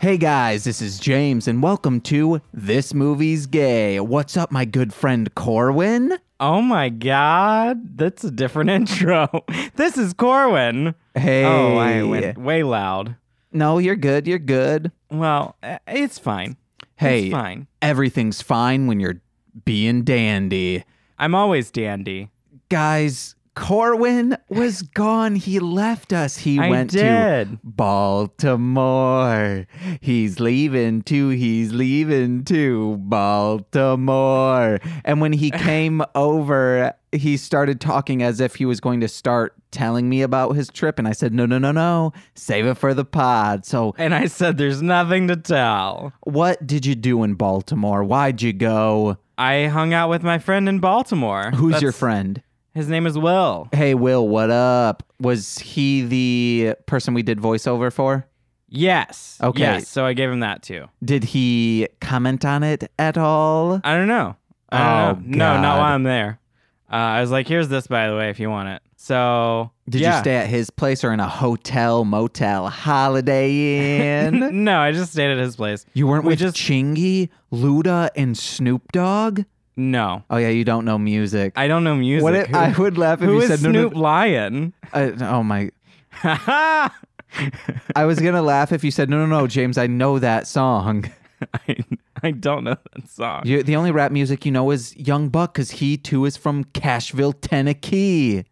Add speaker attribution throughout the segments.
Speaker 1: Hey guys, this is James, and welcome to This Movie's Gay. What's up, my good friend Corwin?
Speaker 2: Oh my god, that's a different intro. this is Corwin.
Speaker 1: Hey.
Speaker 2: Oh, I went way loud.
Speaker 1: No, you're good. You're good.
Speaker 2: Well, uh, it's fine.
Speaker 1: Hey,
Speaker 2: it's fine.
Speaker 1: everything's fine when you're being dandy.
Speaker 2: I'm always dandy.
Speaker 1: Guys, Corwin was gone. He left us. He
Speaker 2: I
Speaker 1: went to
Speaker 2: did.
Speaker 1: Baltimore. He's leaving too. He's leaving to Baltimore. And when he came over, he started talking as if he was going to start telling me about his trip. And I said, no, no, no, no. Save it for the pod. So,
Speaker 2: And I said there's nothing to tell.
Speaker 1: what did you do in Baltimore? Why'd you go?
Speaker 2: I hung out with my friend in Baltimore.
Speaker 1: Who's your
Speaker 2: That's-
Speaker 1: friend?
Speaker 2: His name is Will.
Speaker 1: Hey, Will, what up? Was he the person we did voiceover for?
Speaker 2: Yes.
Speaker 1: Okay.
Speaker 2: Yes, so I gave him that too.
Speaker 1: Did he comment on it at all?
Speaker 2: I don't know. I
Speaker 1: Oh,
Speaker 2: don't know. No, not
Speaker 1: God.
Speaker 2: while I'm there. Uh, I was like, here's this, by the way, if you want it. So
Speaker 1: Did
Speaker 2: yeah.
Speaker 1: you stay at his place or in a hotel, motel, Holiday Inn?
Speaker 2: no, I just stayed at his place.
Speaker 1: you weren't
Speaker 2: We
Speaker 1: with
Speaker 2: just-
Speaker 1: Chingy, Luda, and Snoop Dogg?
Speaker 2: No,
Speaker 1: Oh yeah, you don't know music.
Speaker 2: I don't know music.
Speaker 1: what if,
Speaker 2: who,
Speaker 1: I would laugh if
Speaker 2: who
Speaker 1: you
Speaker 2: is
Speaker 1: said no,
Speaker 2: Snoop
Speaker 1: no.
Speaker 2: Lion?
Speaker 1: no, I- oh my!
Speaker 2: I
Speaker 1: I was gonna laugh if you said no, no, no, James. I know that song.
Speaker 2: I don't know that song.
Speaker 1: You, the only rap music you know is Young Buck, cause he too is from Cashville, Tennessee.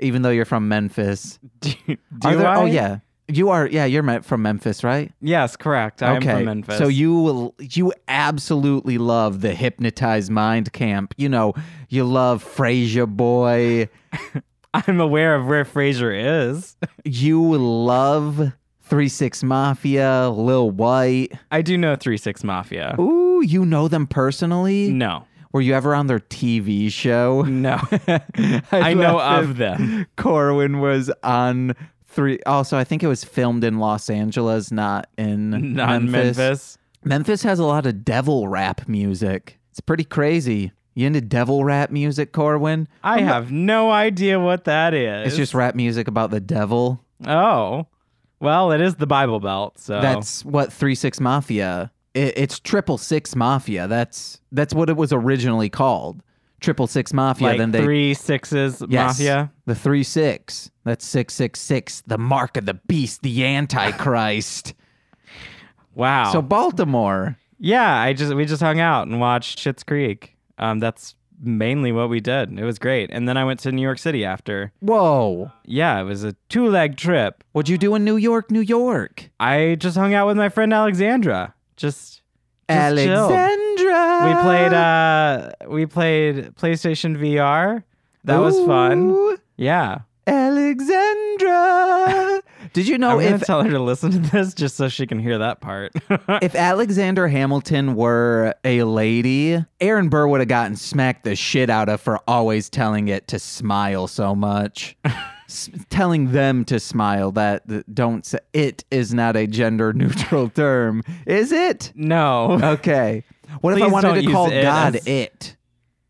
Speaker 1: Even though you're from Memphis,
Speaker 2: do do
Speaker 1: Are there-
Speaker 2: I?
Speaker 1: Oh yeah, you are. Yeah, you're me- from Memphis, right?
Speaker 2: Yes, correct. I'm
Speaker 1: okay.
Speaker 2: from Memphis.
Speaker 1: So you will- you absolutely love the hypnotized mind camp. You know, you love Frazier Boy.
Speaker 2: I'm aware of where Fraser is.
Speaker 1: You love Three Six Mafia, Lil White.
Speaker 2: I do know Three Six Mafia.
Speaker 1: Ooh, you know them personally?
Speaker 2: No,
Speaker 1: Were you ever on their TV show?
Speaker 2: no.
Speaker 1: I,
Speaker 2: I know
Speaker 1: love
Speaker 2: of
Speaker 1: it.
Speaker 2: them.
Speaker 1: Corwin was on three. Also, I think it was filmed in Los Angeles, not in
Speaker 2: Not in
Speaker 1: Memphis.
Speaker 2: Memphis.
Speaker 1: Memphis has a lot of devil rap music. It's pretty crazy. You into devil rap music, Corwin?
Speaker 2: I have no idea what that is.
Speaker 1: It's just rap music about the devil.
Speaker 2: oh, well, it is the Bible Belt. So
Speaker 1: That's what Three Six Mafia. It, it's Triple Six Mafia. That's that's what it was originally called. Triple Six Mafia.
Speaker 2: like
Speaker 1: then they
Speaker 2: Three Sixes
Speaker 1: Yes.
Speaker 2: Mafia.
Speaker 1: The three six. That's six six six. The mark of the beast. The Antichrist.
Speaker 2: Wow.
Speaker 1: So Baltimore.
Speaker 2: Yeah, I just we just hung out and watched Schitt's Creek. Um, that's mainly what we did. It was great, and then I went to New York City after.
Speaker 1: Whoa.
Speaker 2: Yeah, it was a two leg trip.
Speaker 1: What'd you do in New York, New York?
Speaker 2: I just hung out with my friend Alexandra. Just, just chilled.
Speaker 1: Alexandra.
Speaker 2: We played uh we played PlayStation VR. That was fun.
Speaker 1: Ooh,
Speaker 2: Yeah.
Speaker 1: Alexandra. Did you know
Speaker 2: I'm gonna
Speaker 1: Oh, if
Speaker 2: tell her to listen to this just so she can hear that part.
Speaker 1: if Alexander Hamilton were a lady, Aaron Burr would have gotten smacked the shit out of for always telling it to smile so much. S- telling them to smile that th- don't say it is not a gender neutral term, is it?
Speaker 2: no.
Speaker 1: Okay. What if I
Speaker 2: Please
Speaker 1: wanted
Speaker 2: don't
Speaker 1: to
Speaker 2: use
Speaker 1: call
Speaker 2: it
Speaker 1: God
Speaker 2: as-
Speaker 1: it?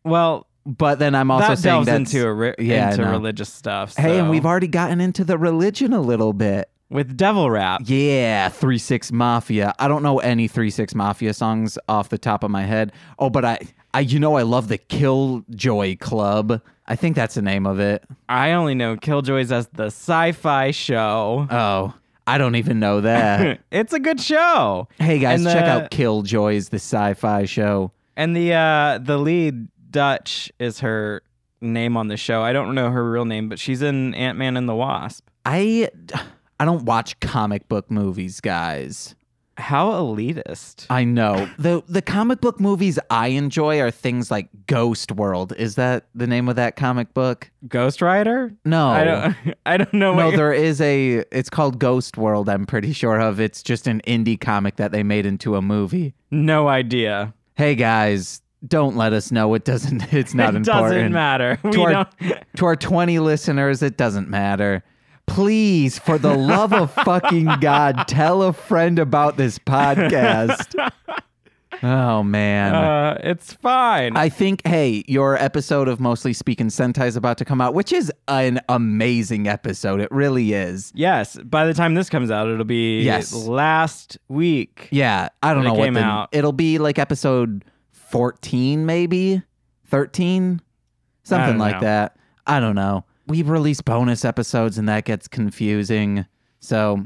Speaker 2: Well,
Speaker 1: But then I'm also
Speaker 2: that
Speaker 1: saying
Speaker 2: delves
Speaker 1: that's
Speaker 2: into a ri-
Speaker 1: Yeah, I
Speaker 2: into
Speaker 1: know.
Speaker 2: religious stuff.
Speaker 1: Hey, and
Speaker 2: so-
Speaker 1: we've already gotten into the religion a little bit.
Speaker 2: with devil rap.
Speaker 1: Yeah, Three Six Mafia. I don't know any Three Six Mafia songs off the top of my head. Oh, but I, I, you know, I love the Killjoy Club. I think that's the name of it.
Speaker 2: I only know Killjoys as the sci-fi show.
Speaker 1: Oh, I don't even know that.
Speaker 2: it's a good show.
Speaker 1: hey guys,
Speaker 2: And uh, the-
Speaker 1: check out Killjoys, the sci-fi show.
Speaker 2: And the uh the lead Dutch is her name on the show. I don't know her real name, but she's in Ant-Man and the Wasp.
Speaker 1: I, I don't watch comic book movies, guys.
Speaker 2: How elitist.
Speaker 1: I know the the comic book movies I enjoy are things like Ghost World. Is that the name of that comic book?
Speaker 2: Ghost Rider?
Speaker 1: No,
Speaker 2: I don't I don't know
Speaker 1: No,
Speaker 2: what
Speaker 1: there is a. It's called Ghost World. I'm pretty sure of. It's just an indie comic that they made into a movie.
Speaker 2: no idea.
Speaker 1: Hey guys, don't let us know. It doesn't. It's not
Speaker 2: it
Speaker 1: important.
Speaker 2: doesn't matter. We
Speaker 1: To our,
Speaker 2: don't
Speaker 1: to our 20 listeners, it doesn't matter. Please, for the love of fucking God, tell a friend about this podcast. Oh man.
Speaker 2: Uh, it's fine.
Speaker 1: I think, hey, your episode of Mostly Speaking Sentai is about to come out, which is an amazing episode. It really is.
Speaker 2: yes. By the time this comes out, it'll be
Speaker 1: Yes.
Speaker 2: last week.
Speaker 1: Yeah, I don't
Speaker 2: When it
Speaker 1: know what
Speaker 2: came
Speaker 1: the,
Speaker 2: out.
Speaker 1: it'll be like episode 14 maybe, 13,
Speaker 2: I
Speaker 1: something
Speaker 2: don't
Speaker 1: like
Speaker 2: know.
Speaker 1: that. I don't know. We release bonus episodes and that gets confusing. So,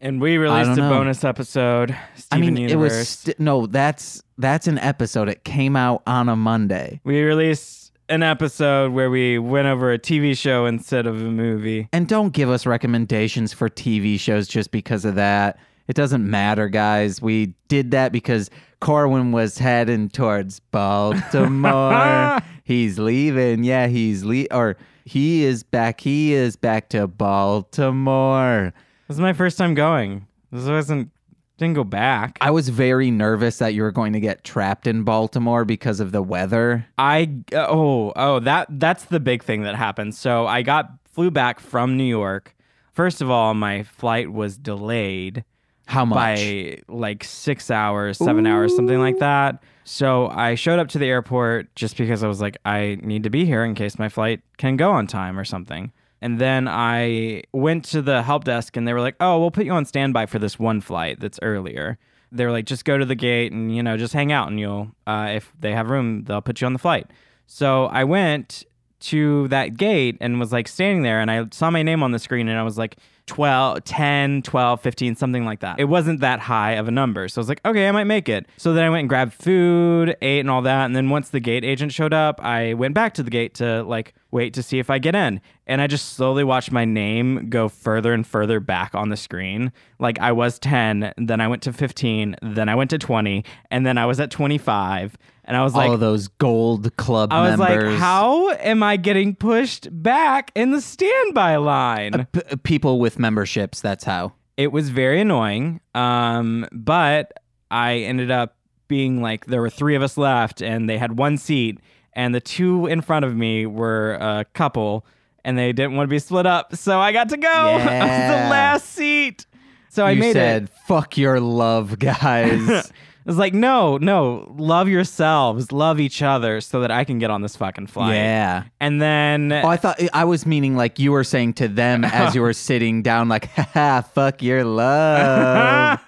Speaker 2: And we released
Speaker 1: don't
Speaker 2: a
Speaker 1: know.
Speaker 2: bonus episode.
Speaker 1: I
Speaker 2: Steven
Speaker 1: mean, it
Speaker 2: Universe.
Speaker 1: was st- no, that's that's an episode. It came out on a Monday.
Speaker 2: we released an episode where we went over a TV show instead of a movie.
Speaker 1: And don't give us recommendations for TV shows just because of that. It doesn't matter, guys. We did that because Corwin was heading towards Baltimore. he's leaving. Yeah, he's le or he is back. He is back to Baltimore.
Speaker 2: This is my first time going. This wasn't didn't go back.
Speaker 1: I was very nervous that you were going to get trapped in Baltimore because of the weather.
Speaker 2: I oh oh that that's the big thing that happened. So I got flew back from New York. First of all, my flight was delayed
Speaker 1: How much?
Speaker 2: by like six hours, seven hours, something like that. So I showed up to the airport just because I was like, I need to be here in case my flight can go on time or something. And then I went to the help desk and they were like, oh, we'll put you on standby for this one flight that's earlier. They were like, just go to the gate and, you know, just hang out and you'll, uh, if they have room, they'll put you on the flight. So I went to that gate and was like standing there and I saw my name on the screen and I was like 12 10 12 15 something like that. It wasn't that high of a number. So I was like, okay, I might make it. So then I went and grabbed food, ate and all that and then once the gate agent showed up, I went back to the gate to like wait to see if I get in. And I just slowly watched my name go further and further back on the screen. Like I was 10, then I went to 15, then I went to 20, and then I was at 25 and I was
Speaker 1: All
Speaker 2: like
Speaker 1: of those gold club
Speaker 2: I was
Speaker 1: members.
Speaker 2: like, how am I getting pushed back in the standby line?
Speaker 1: P- people with memberships. That's how.
Speaker 2: it was very annoying. Um, but I ended up being like, there were three of us left, and they had one seat, and the two in front of me were a couple, and they didn't want to be split up, so I got to go. I was
Speaker 1: Yeah.
Speaker 2: the last seat. So I
Speaker 1: you
Speaker 2: made
Speaker 1: said,
Speaker 2: it.
Speaker 1: "Fuck your love, guys."
Speaker 2: It's like, no, no, love yourselves, love each other, so that I can get on this fucking flight.
Speaker 1: yeah.
Speaker 2: And then
Speaker 1: Oh, I thought I was meaning like you were saying to them as you were sitting down, like, "Ha ha, fuck your love."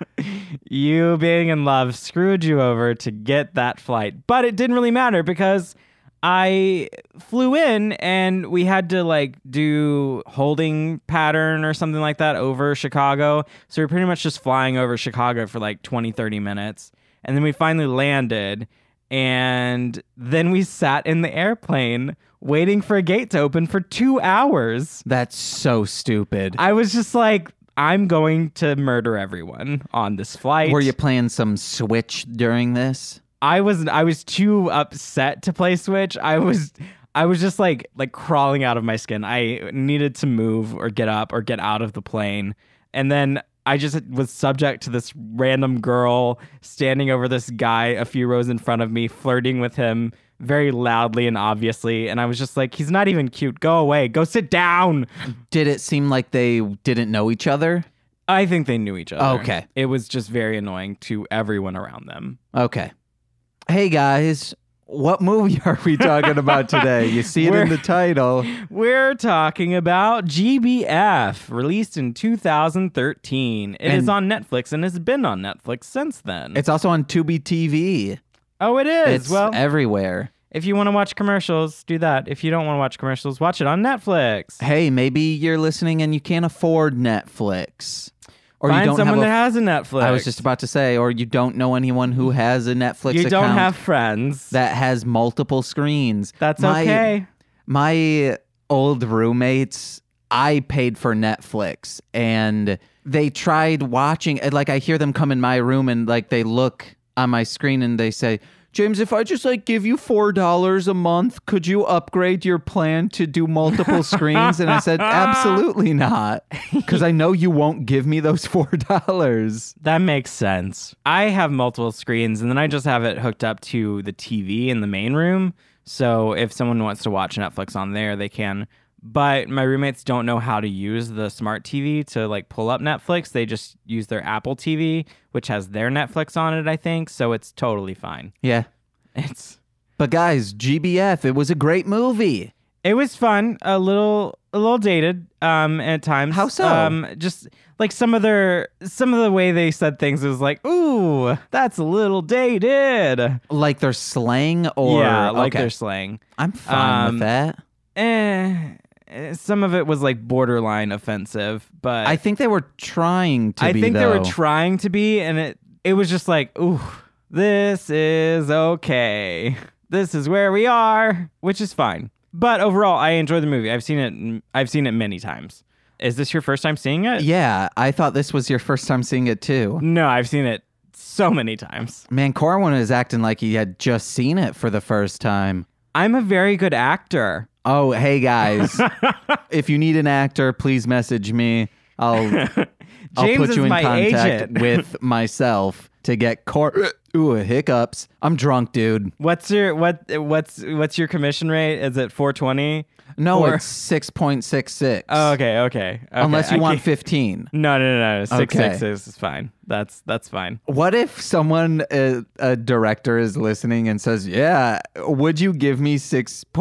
Speaker 2: you being in love screwed you over to get that flight. But it didn't really matter because I flew in and we had to like do holding pattern or something like that over Chicago. So we are pretty much just flying over Chicago for like 20, 30 minutes. And then we finally landed. And then we sat in the airplane waiting for a gate to open for two hours.
Speaker 1: That's so stupid.
Speaker 2: I was just like, I'm going to murder everyone on this flight.
Speaker 1: were you playing some Switch during this?
Speaker 2: I was I was too upset to play Switch. I was I was just like like crawling out of my skin. I needed to move or get up or get out of the plane. And then I just was subject to this random girl standing over this guy a few rows in front of me, flirting with him very loudly and obviously. And I was just like, he's not even cute. Go away. Go sit down.
Speaker 1: Did it seem like they didn't know each other?
Speaker 2: I think they knew each other.
Speaker 1: Okay.
Speaker 2: It was just very annoying to everyone around them.
Speaker 1: Okay. Hey guys, what movie are we talking about today? You see it in
Speaker 2: We're-
Speaker 1: the title.
Speaker 2: We're talking about GBF, released in 2013. It is
Speaker 1: And-
Speaker 2: on Netflix and has been on Netflix since then.
Speaker 1: It's also on Tubi TV.
Speaker 2: oh, it is.
Speaker 1: It's
Speaker 2: Well,
Speaker 1: everywhere.
Speaker 2: if you want to watch commercials, do that. If you don't want to watch commercials, watch it on Netflix.
Speaker 1: hey, maybe you're listening and you can't afford Netflix, or
Speaker 2: Find
Speaker 1: you don't
Speaker 2: someone
Speaker 1: have.
Speaker 2: that
Speaker 1: A,
Speaker 2: has a Netflix.
Speaker 1: I was just about to say, or you don't know anyone who has a Netflix.
Speaker 2: You don't
Speaker 1: account
Speaker 2: have friends.
Speaker 1: that has multiple screens.
Speaker 2: That's
Speaker 1: My-
Speaker 2: okay.
Speaker 1: My old roommates, I paid for Netflix, and they tried watching. and, Like I hear them come in my room, and like they look on my screen, and they say. James, if I just like give you four dollars a month, could you upgrade your plan to do multiple screens? And I said, absolutely not, because I know you won't give me those four dollars.
Speaker 2: That makes sense. I have multiple screens and then I just have it hooked up to the TV in the main room. So if someone wants to watch Netflix on there, they can. but my roommates don't know how to use the smart TV to like pull up Netflix. They just use their Apple TV, which has their Netflix on it, I think. So it's totally fine.
Speaker 1: Yeah.
Speaker 2: It's
Speaker 1: But guys, GBF, it was a great movie.
Speaker 2: It was fun, a little a little dated um at times.
Speaker 1: How so?
Speaker 2: Um just like some of their some of the way they said things was like, "Ooh, that's a little dated."
Speaker 1: Like their slang or
Speaker 2: yeah, like
Speaker 1: okay.
Speaker 2: their slang.
Speaker 1: I'm fine
Speaker 2: um,
Speaker 1: with that.
Speaker 2: Eh, eh, some of it was like borderline offensive, but
Speaker 1: I think they were trying to
Speaker 2: I
Speaker 1: be
Speaker 2: think they
Speaker 1: though.
Speaker 2: were trying to be and it it was just like, "Ooh, this is okay. This is where we are," which is fine. But overall, I enjoyed the movie. I've seen it I've seen it many times. Is this your first time seeing it?
Speaker 1: Yeah, I thought this was your first time seeing it too.
Speaker 2: No, I've seen it so many times.
Speaker 1: Man, Corwin is acting like he had just seen it for the first time.
Speaker 2: I'm a very good actor.
Speaker 1: Oh, hey guys. if you need an actor, please message me. I'll I'll
Speaker 2: James
Speaker 1: put
Speaker 2: is
Speaker 1: you in
Speaker 2: my
Speaker 1: contact
Speaker 2: agent.
Speaker 1: with myself to get Cor Ooh, hiccups. I'm drunk, dude.
Speaker 2: What's your what what's what's your commission rate? Is it 420?
Speaker 1: No,
Speaker 2: Or-
Speaker 1: it's six point six six.
Speaker 2: Oh, okay, okay. okay.
Speaker 1: Unless you
Speaker 2: I
Speaker 1: want
Speaker 2: can't-
Speaker 1: fifteen.
Speaker 2: No, no, no, no. Six
Speaker 1: Okay.
Speaker 2: sixes is fine. That's that's fine.
Speaker 1: What if someone, uh, a director, is listening and says, Yeah, would you give me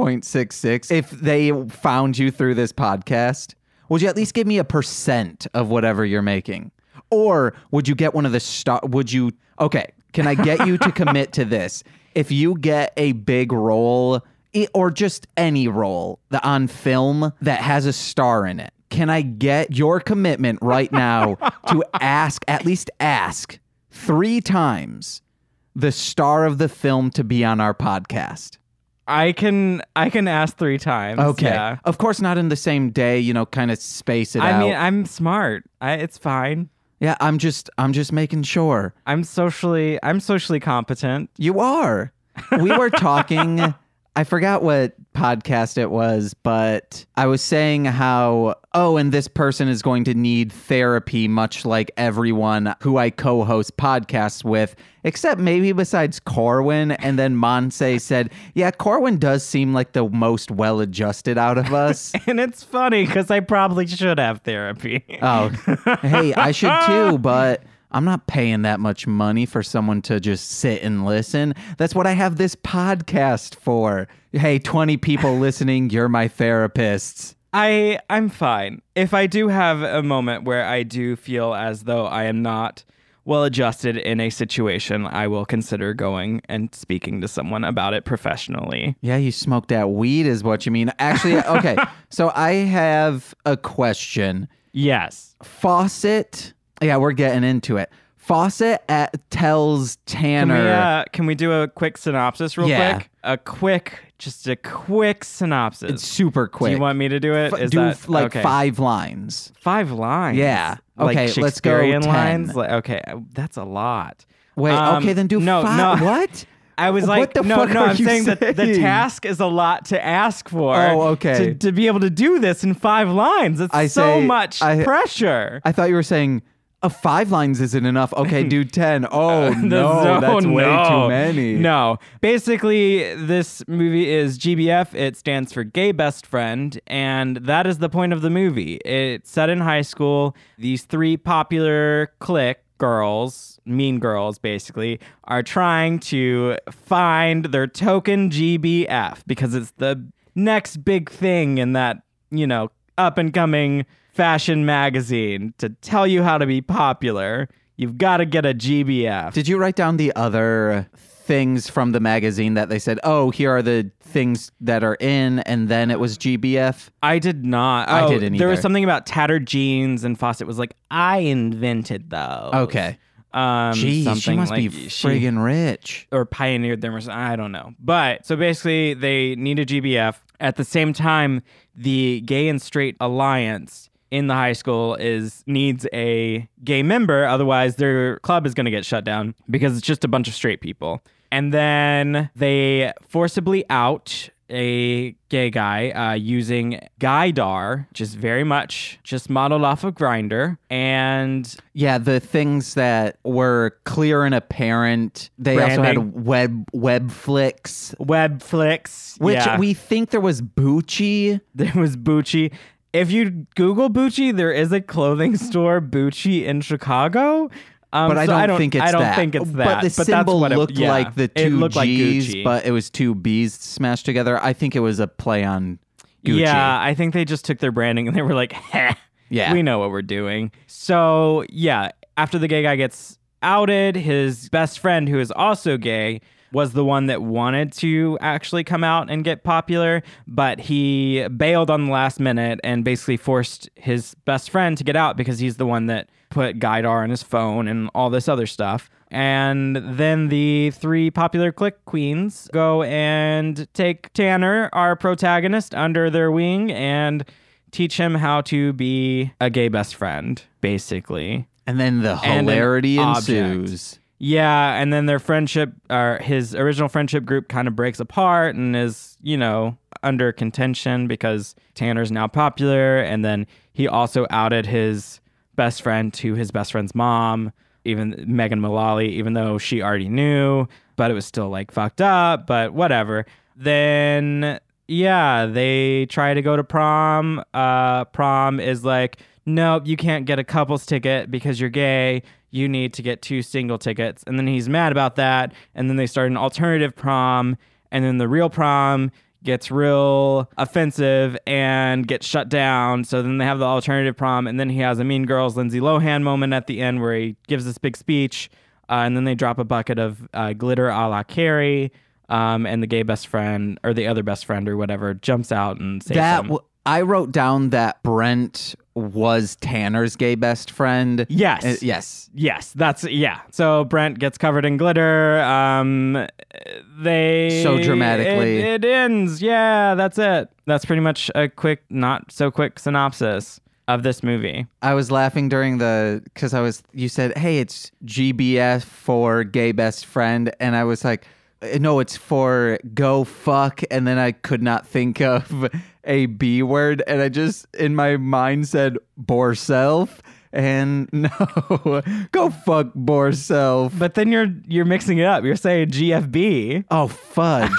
Speaker 1: 6.66 if they found you through this podcast? Would you at least give me a percent of whatever you're making? Or would you get one of the star? Would you, okay, can I get you to commit to this? If you get a big role i- or just any role that on film that has a star in it, can I get your commitment right now to ask, at least ask three times the star of the film to be on our podcast.
Speaker 2: I can I can ask three times.
Speaker 1: Okay.
Speaker 2: yeah.
Speaker 1: Of course, not in the same day, you know, kind of space it
Speaker 2: I
Speaker 1: out.
Speaker 2: mean, I'm smart. I, it's fine.
Speaker 1: yeah, I'm just, I'm just making sure
Speaker 2: I'm socially I'm socially competent.
Speaker 1: you are. We were talking, I forgot what podcast it was, but I was saying how, oh, and this person is going to need therapy, much like everyone who I co host podcasts with, except maybe besides Corwin. And then Monse said, yeah, Corwin does seem like the most well adjusted out of us.
Speaker 2: And it's funny cuz I probably should have therapy.
Speaker 1: Oh, hey, I should too, but I'm not paying that much money for someone to just sit and listen. That's what I have this podcast for. Hey, 20 people listening, you're my therapists.
Speaker 2: I I'm fine. If I do have a moment where I do feel as though I am not well adjusted in a situation, I will consider going and speaking to someone about it professionally.
Speaker 1: Yeah, you smoked that weed, is what you mean. Actually, okay, so I have a question.
Speaker 2: Yes.
Speaker 1: Fawcett, yeah, we're getting into it. Fawcett at, tells
Speaker 2: Can
Speaker 1: Tanner.
Speaker 2: we, uh, can we do a quick synopsis real
Speaker 1: Yeah.
Speaker 2: quick? A quick, just a quick synopsis.
Speaker 1: It's super quick.
Speaker 2: Do you want me to do it?
Speaker 1: F-
Speaker 2: Is
Speaker 1: do
Speaker 2: that-
Speaker 1: f- like
Speaker 2: okay.
Speaker 1: five lines.
Speaker 2: Five lines?
Speaker 1: Yeah.
Speaker 2: Like
Speaker 1: Okay, let's go
Speaker 2: Shakespearean
Speaker 1: 10.
Speaker 2: lines. Like, okay, uh, that's a lot.
Speaker 1: Wait,
Speaker 2: Um,
Speaker 1: okay, then do
Speaker 2: no,
Speaker 1: five.
Speaker 2: No,
Speaker 1: What?
Speaker 2: I was
Speaker 1: What
Speaker 2: like,
Speaker 1: the
Speaker 2: no,
Speaker 1: fuck
Speaker 2: no,
Speaker 1: are
Speaker 2: I'm
Speaker 1: you
Speaker 2: saying, that the
Speaker 1: saying?
Speaker 2: task is a lot to ask for.
Speaker 1: Oh, okay.
Speaker 2: To, to be able to do this in five lines, it's
Speaker 1: I
Speaker 2: so
Speaker 1: say-
Speaker 2: much
Speaker 1: I-
Speaker 2: pressure.
Speaker 1: I thought you were saying a five lines isn't enough. Okay, do ten. Oh
Speaker 2: Uh, The
Speaker 1: no,
Speaker 2: zone,
Speaker 1: that's way
Speaker 2: no.
Speaker 1: too many.
Speaker 2: No, basically, this movie is GBF. It stands for Gay Best Friend, and that is the point of the movie. It's set in high school. These three popular clique girls, mean girls, basically, are trying to find their token GBF because it's the next big thing in that you know up and coming fashion magazine to tell you how to be popular. You've got to get a GBF.
Speaker 1: Did you write down the other things from the magazine that they said? Oh, here are the things that are in, and then it was GBF.
Speaker 2: I did not.
Speaker 1: I
Speaker 2: Oh,
Speaker 1: didn't
Speaker 2: There was
Speaker 1: either.
Speaker 2: something about tattered jeans, and Fawcett was like, "I invented those."
Speaker 1: Okay.
Speaker 2: Um,
Speaker 1: Jeez, she
Speaker 2: something
Speaker 1: must be
Speaker 2: like she-
Speaker 1: friggin' rich.
Speaker 2: or pioneered them or something. I don't know. But so basically, they need a GBF. At the same time, the Gay and Straight Alliance in the high school is needs a gay member. Otherwise, their club is going to get shut down because it's just a bunch of straight people. And then they forcibly out a gay guy uh, using Gaidar, which is very much just modeled off of Grinder, and
Speaker 1: Yeah, the things that were clear and apparent. They also had
Speaker 2: Branding.
Speaker 1: web web flicks,
Speaker 2: Webflix,
Speaker 1: which
Speaker 2: yeah.
Speaker 1: we think there was Bucci.
Speaker 2: there was Bucci. If you Google Bucci, there is a clothing store Bucci in Chicago. Um,
Speaker 1: But I,
Speaker 2: so
Speaker 1: don't
Speaker 2: I don't
Speaker 1: think it's
Speaker 2: I don't
Speaker 1: that.
Speaker 2: think it's that.
Speaker 1: But the
Speaker 2: that's
Speaker 1: symbol
Speaker 2: what it-
Speaker 1: looked
Speaker 2: yeah,
Speaker 1: like the two
Speaker 2: it looked like
Speaker 1: G's,
Speaker 2: Gucci.
Speaker 1: but it was two B's smashed together. I think it was a play on Gucci.
Speaker 2: Yeah, I think they just took their branding and they were like, Heh,
Speaker 1: Yeah.
Speaker 2: we know what we're doing. So yeah, after the gay guy gets outed, his best friend who is also gay was the one that wanted to actually come out and get popular, but he bailed on the last minute and basically forced his best friend to get out because he's the one that put Gaidar on his phone and all this other stuff. And then the three popular click queens go and take Tanner, our protagonist, under their wing and teach him how to be a gay best friend, basically.
Speaker 1: And then the
Speaker 2: And an
Speaker 1: hilarity
Speaker 2: object.
Speaker 1: ensues.
Speaker 2: Yeah, and then their friendship, or his original friendship group, kind of breaks apart and is, you know, under contention because Tanner's now popular. And then he also outed his best friend to his best friend's mom, even Megan Mullally, even though she already knew, but it was still like fucked up, but whatever. Then yeah, they try to go to prom. Uh, prom is like, nope, you can't get a couple's ticket because you're gay. You need to get two single tickets. And then he's mad about that. And then they start an alternative prom. And then the real prom gets real offensive and gets shut down. So then they have the alternative prom. And then he has a Mean Girls Lindsay Lohan moment at the end where he gives this big speech. Uh, and then they drop a bucket of uh, glitter a la Carrie um, and the gay best friend or the other best friend or whatever jumps out and saves
Speaker 1: That
Speaker 2: him.
Speaker 1: w- I wrote down that Brent was Tanner's gay best friend.
Speaker 2: yes.
Speaker 1: Uh, yes.
Speaker 2: Yes, that's yeah. So Brent gets covered in glitter. Um, they
Speaker 1: So dramatically.
Speaker 2: It, it ends. Yeah, that's it. That's pretty much a quick, not so quick synopsis of this movie.
Speaker 1: I was laughing during the because I was you said, "Hey, it's GBF for gay best friend," and I was like, uh, "No, it's for go fuck," and then I could not think of a B word, and I just in my mind said "borself," and no, go fuck borself.
Speaker 2: But then you're you're mixing it up. You're saying GFB.
Speaker 1: Oh fudge!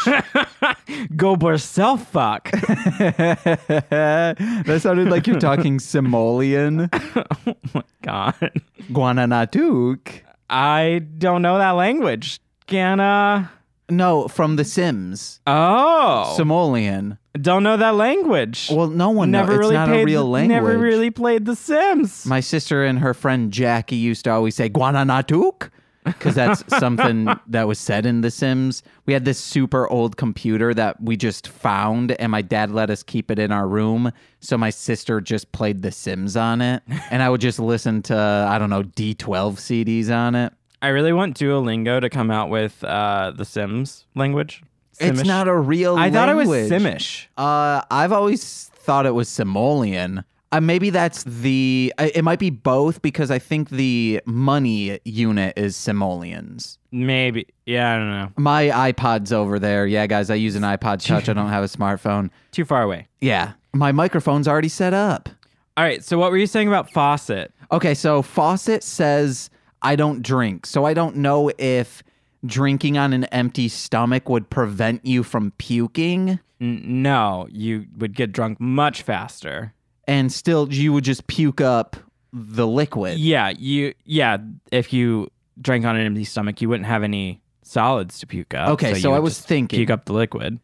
Speaker 2: Go yourself, fuck.
Speaker 1: that sounded like you're talking Simoleon,
Speaker 2: oh my god.
Speaker 1: Guananatuk.
Speaker 2: I don't know that language. Can uh
Speaker 1: No, from The Sims,
Speaker 2: Oh,
Speaker 1: Simolean.
Speaker 2: don't know that language.
Speaker 1: Well, no one
Speaker 2: never
Speaker 1: knows.
Speaker 2: really
Speaker 1: it's not
Speaker 2: played
Speaker 1: a real
Speaker 2: the-
Speaker 1: language.
Speaker 2: Never really played The Sims.
Speaker 1: My sister and her friend Jackie used to always say Guananatuk because that's something that was said in The Sims. We had this super old computer that we just found, and my dad let us keep it in our room. So my sister just played The Sims on it, and I would just listen to I don't know D12 CDs on it.
Speaker 2: I really want Duolingo to come out with uh, the Sims language.
Speaker 1: It's not a real.
Speaker 2: I thought it was
Speaker 1: language.
Speaker 2: Simish.
Speaker 1: Uh, I've always thought it was Simoleon. Uh, maybe that's the. I- It might be both because I think the money unit is simoleons.
Speaker 2: Maybe. Yeah, I don't know.
Speaker 1: My iPod's over there. Yeah, guys, I use an iPod Touch. I don't have a smartphone.
Speaker 2: Too far away.
Speaker 1: Yeah, my microphone's already set up.
Speaker 2: All right. So what were you saying about Fawcett?
Speaker 1: Okay, so Fawcett says I don't drink, so I don't know if drinking on an empty stomach would prevent you from puking.
Speaker 2: N- no, you would get drunk much faster.
Speaker 1: and still you would just puke up the liquid.
Speaker 2: Yeah, you. Yeah, if you drank on an empty stomach, you wouldn't have any solids to puke up.
Speaker 1: Okay, so
Speaker 2: you
Speaker 1: I
Speaker 2: would
Speaker 1: was
Speaker 2: just
Speaker 1: thinking.
Speaker 2: puke up the liquid.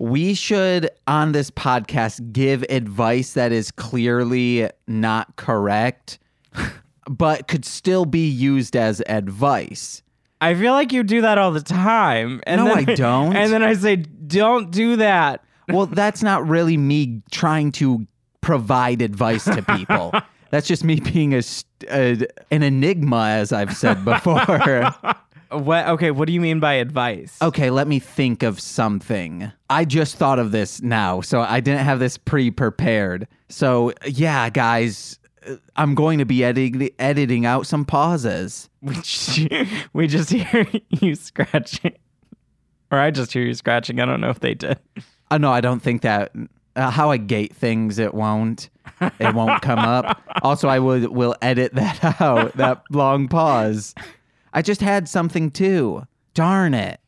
Speaker 1: We should on this podcast give advice that is clearly not correct but could still be used as advice.
Speaker 2: I feel like you do that all the time. And
Speaker 1: No,
Speaker 2: then
Speaker 1: I don't.
Speaker 2: And then I say, don't do that.
Speaker 1: Well, that's not really me trying to provide advice to people. That's just me being a, st- a an enigma as I've said before.
Speaker 2: What? Okay, what do you mean by advice?
Speaker 1: Okay, let me think of something. I just thought of this now, so I didn't have this pre prepared. So, yeah, guys, uh, I'm going to be edit- editing out some pauses.
Speaker 2: We just, we just hear you scratching. Or I just hear you scratching. I don't know if they did.
Speaker 1: Uh, no, I don't think that. Uh, how I gate things, it won't. It won't come up. Also, I will will edit that out. That long pause. I just had something too. Darn it.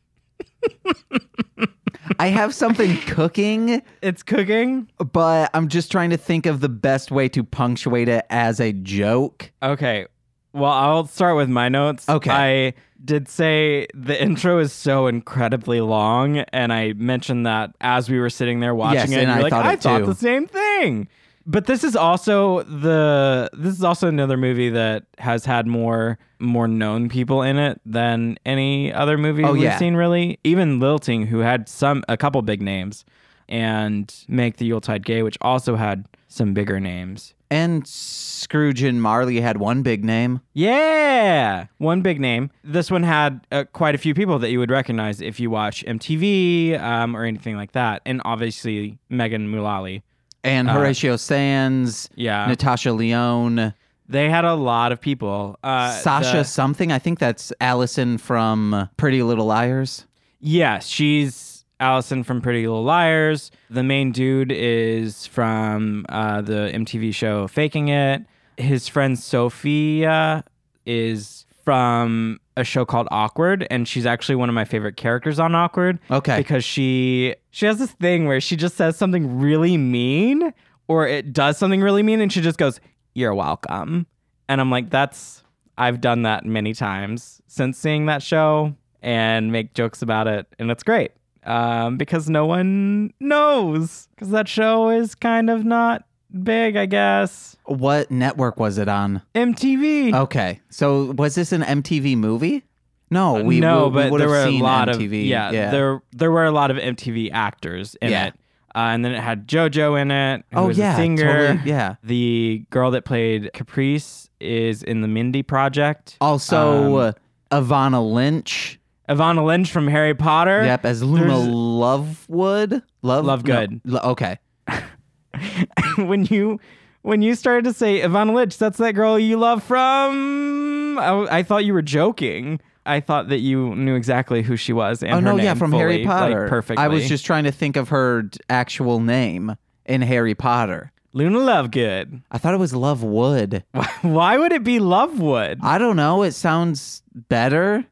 Speaker 1: I have something cooking,
Speaker 2: It's cooking.
Speaker 1: but I'm just trying to think of the best way to punctuate it as a joke.
Speaker 2: Okay. Well, I'll start with my notes.
Speaker 1: Okay.
Speaker 2: I did say the intro is so incredibly long, and I mentioned that as we were sitting there
Speaker 1: Yes,
Speaker 2: watching it.
Speaker 1: and
Speaker 2: you're
Speaker 1: I
Speaker 2: like,
Speaker 1: thought
Speaker 2: I
Speaker 1: it
Speaker 2: thought
Speaker 1: too."
Speaker 2: the same thing. But this is also the this is also another movie that has had more more known people in it than any other movie
Speaker 1: Oh,
Speaker 2: we've
Speaker 1: yeah.
Speaker 2: seen really. Even Lilting, who had some a couple big names, and Make the Yuletide Gay, which also had some bigger names.
Speaker 1: And Scrooge and Marley had one big name.
Speaker 2: Yeah, one big name. This one had uh, quite a few people that you would recognize if you watch MTV um, or anything like that, and obviously Megan Mullally.
Speaker 1: and Horatio Sands,
Speaker 2: Uh, Yeah,
Speaker 1: Natasha Leone,
Speaker 2: they had a lot of people. Uh,
Speaker 1: Sasha
Speaker 2: the-
Speaker 1: something. I think that's Allison from Pretty Little Liars.
Speaker 2: yes, she's Allison from Pretty Little Liars. The main dude is from uh, the MTV show Faking It. His friend Sophia is from a show called Awkward, and she's actually one of my favorite characters on Awkward.
Speaker 1: Okay.
Speaker 2: because she she has this thing where she just says something really mean or it does something really mean and she just goes you're welcome and i'm like that's i've done that many times since seeing that show and make jokes about it and it's great um, because no one knows because that show is kind of not big i guess
Speaker 1: What network was it on?
Speaker 2: mtv
Speaker 1: Okay. So was this an MTV movie? No, we
Speaker 2: Uh, no,
Speaker 1: we- we
Speaker 2: but
Speaker 1: would
Speaker 2: there
Speaker 1: have
Speaker 2: were
Speaker 1: seen
Speaker 2: a lot
Speaker 1: MTV.
Speaker 2: of yeah, There there were a lot of MTV actors in
Speaker 1: Yeah.
Speaker 2: it, uh, and then it had JoJo in it. Who
Speaker 1: oh
Speaker 2: was
Speaker 1: yeah,
Speaker 2: a singer.
Speaker 1: totally, yeah.
Speaker 2: The girl that played Caprice is in the Mindy Project.
Speaker 1: Also,
Speaker 2: Um,
Speaker 1: uh, Ivana Lynch.
Speaker 2: Ivana Lynch from Harry Potter.
Speaker 1: Yep, as Luna
Speaker 2: there's-
Speaker 1: Lovewood. Love
Speaker 2: Lovegood.
Speaker 1: No, lo- okay.
Speaker 2: when you when you started to say Ivana Lynch, that's that girl you love from. oh, I, I thought you were joking. I thought that you knew exactly who she was. And
Speaker 1: oh
Speaker 2: her
Speaker 1: no, yeah,
Speaker 2: name
Speaker 1: from
Speaker 2: fully,
Speaker 1: Harry
Speaker 2: like,
Speaker 1: Potter.
Speaker 2: perfectly.
Speaker 1: I was just trying to think of her d- actual name in Harry Potter.
Speaker 2: Luna Lovegood.
Speaker 1: I thought it was Love Wood.
Speaker 2: Why would it be Lovewood?
Speaker 1: I don't know. It sounds better.